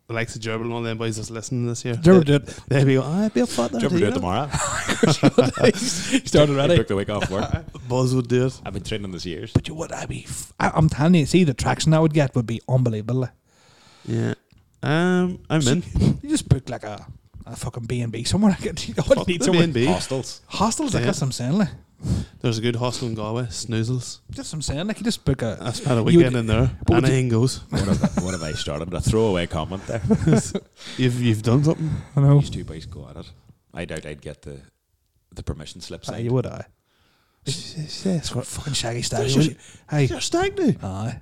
the likes of Gerbil and all them boys that's listening this year.
Gerbil
they,
did it.
They'd be going, I be a fat there.
Do you ever do it tomorrow?
He started
I
already.
took the week off work.
Buzz would do it.
I've been training this years.
But you would, I'd be, f- I, am telling you, see the traction I would get would be unbelievable.
Yeah. Um, I'm in.
You just book like a, a fucking B and B somewhere. I could- I
Fuck
would need
the
somewhere.
B&B.
Hostels.
Hostels, I
Yeah.
guess I'm saying. Like,
There's a good hostel in Galway, Snoozles.
just I'm saying, like you just book
I
a.
spent a
You would-
weekend in there.
but would you-
Anything goes.
What have, I- what have I started? A throwaway comment there.
You've you've done something.
I know.
These two boys go at it. I doubt I'd get the the permission slip
Aye,
signed.
you would, I.
Yes, what?
Fucking shaggy stag.
There's
we
your-
should- Hey,
You're stag do.
aye.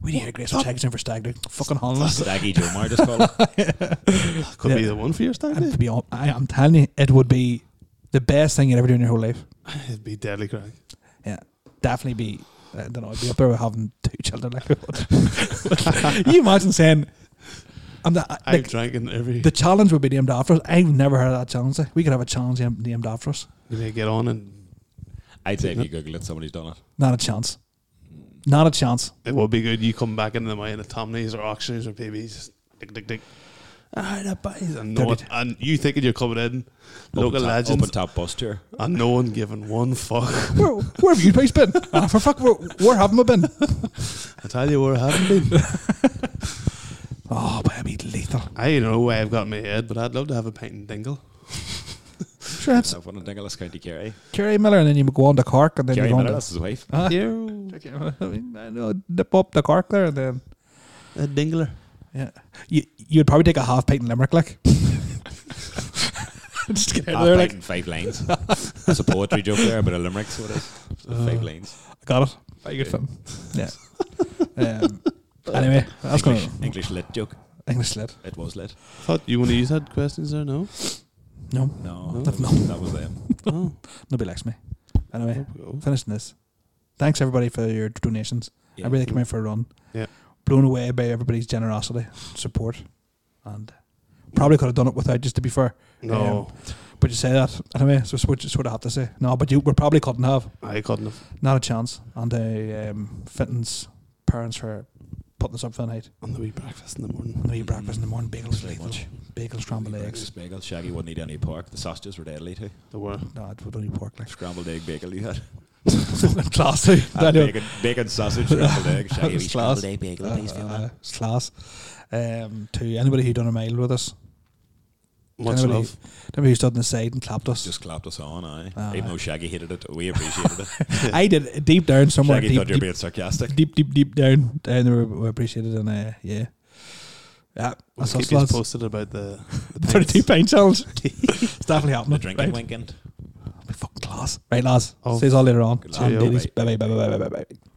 We need a grace for shags in for stag do. Fucking Holland.
Staggy Joe Mar just called it.
That Ah, could be
Yeah.
the one for your stag
And
do.
to be hon- I, I'm telling you, it would be the best thing you'd ever do in your whole life.
It'd be deadly crack.
Yeah, definitely be. I don't know. I'd be up there with having two children. Like, what? you imagine saying, "I'm the,
I've
like,
drank in every.
the challenge would be named after us." I've never heard of that challenge. like. We could have a challenge named- named after us.
you may get on and
I'd say if you Google it, somebody's done it.
Not a chance. Not a chance.
it would be good. You come back into the mine at Tomney's or Auctioneers or PB's. Dick, dick, dick. Ah, that buys. And, no one,
Dirty.
and you thinking you're coming in,
open
local
top,
legends,
Open top bus tour.
and no one giving one fuck.
Where, where have you guys been? Ah, for fuck, where, where haven't we been?
I tell you where I haven't been.
Oh, baby, lethal.
I don't know where I've got in my head, but I'd love to have a pint and dingle.
Sure, that's
I've won in Dinglas County Kerry.
Kerry Miller, and then you go on to Cork, and then
Kerry
you go on
Miller,
to.
that's his wife.
Ah.
Here,
Okay, I mean, I know, dip up the Cork there, and then
a dingler.
yeah, you you'd probably take a half pint in Limerick, like. Just get out of there,
Half pint
like.
Ah, in five lines. That's a poetry joke there, but a limerick, so it is.
Uh,
Five lines.
I got it. Very good film. Yeah. um, anyway, that's going
English,
to
English lit joke.
English lit.
It was lit.
Thought you want to use that questions there? No.
No,
No,
No.
that, was, that was them.
Oh,
nobody likes me. Anyway,
Oh.
finishing this. Thanks everybody for your donations.
Yeah.
Everybody came out for a run.
Yeah.
Blown away by everybody's generosity, support, and probably could have done it without. Just to be fair,
no,
but you say that anyway. So it's what you sort of have to say. No, but you we probably couldn't have.
I couldn't have.
Not a chance. And uh, um, Fenton's parents for putting us up for the night.
On the wee breakfast in the morning.
No, you breakfast in the morning. Bagels,
Very
lethal.
much.
bagels, scrambled eggs.
Bagel. Shaggy wouldn't eat any pork. The sausages were deadly too.
There were.
No, it would only pork like
Scrambled egg bagel you had.
class too.
And bacon, bacon sausage, scrambled egg. Shaggy,
It's
we
class.
scrambled egg bagel, please, if you want.
It's class. Um, to anybody who done a mile with us,
Much
anybody,
love.
anybody who stood on the side and clapped us.
Just clapped us on, aye.
Aye.
Even though Shaggy hated it, we appreciated it.
I did er deep down somewhere.
Shaggy
Deep
thought you were
deep,
being sarcastic.
deep, deep, deep down, Uh, down there, we appreciated and uh, yeah, yeah.
We'll
That's us,
keep you
lads.
posted about the, the
Thirty-two
pints.
pound challenge. it's definitely
The
happening.
drinking
right.
weekend.
Fucking class, right, lads.
Oh.
See you all later on.
Good
Cheers,
lad.
ladies. Bye, bye, bye, bye, bye, bye, bye.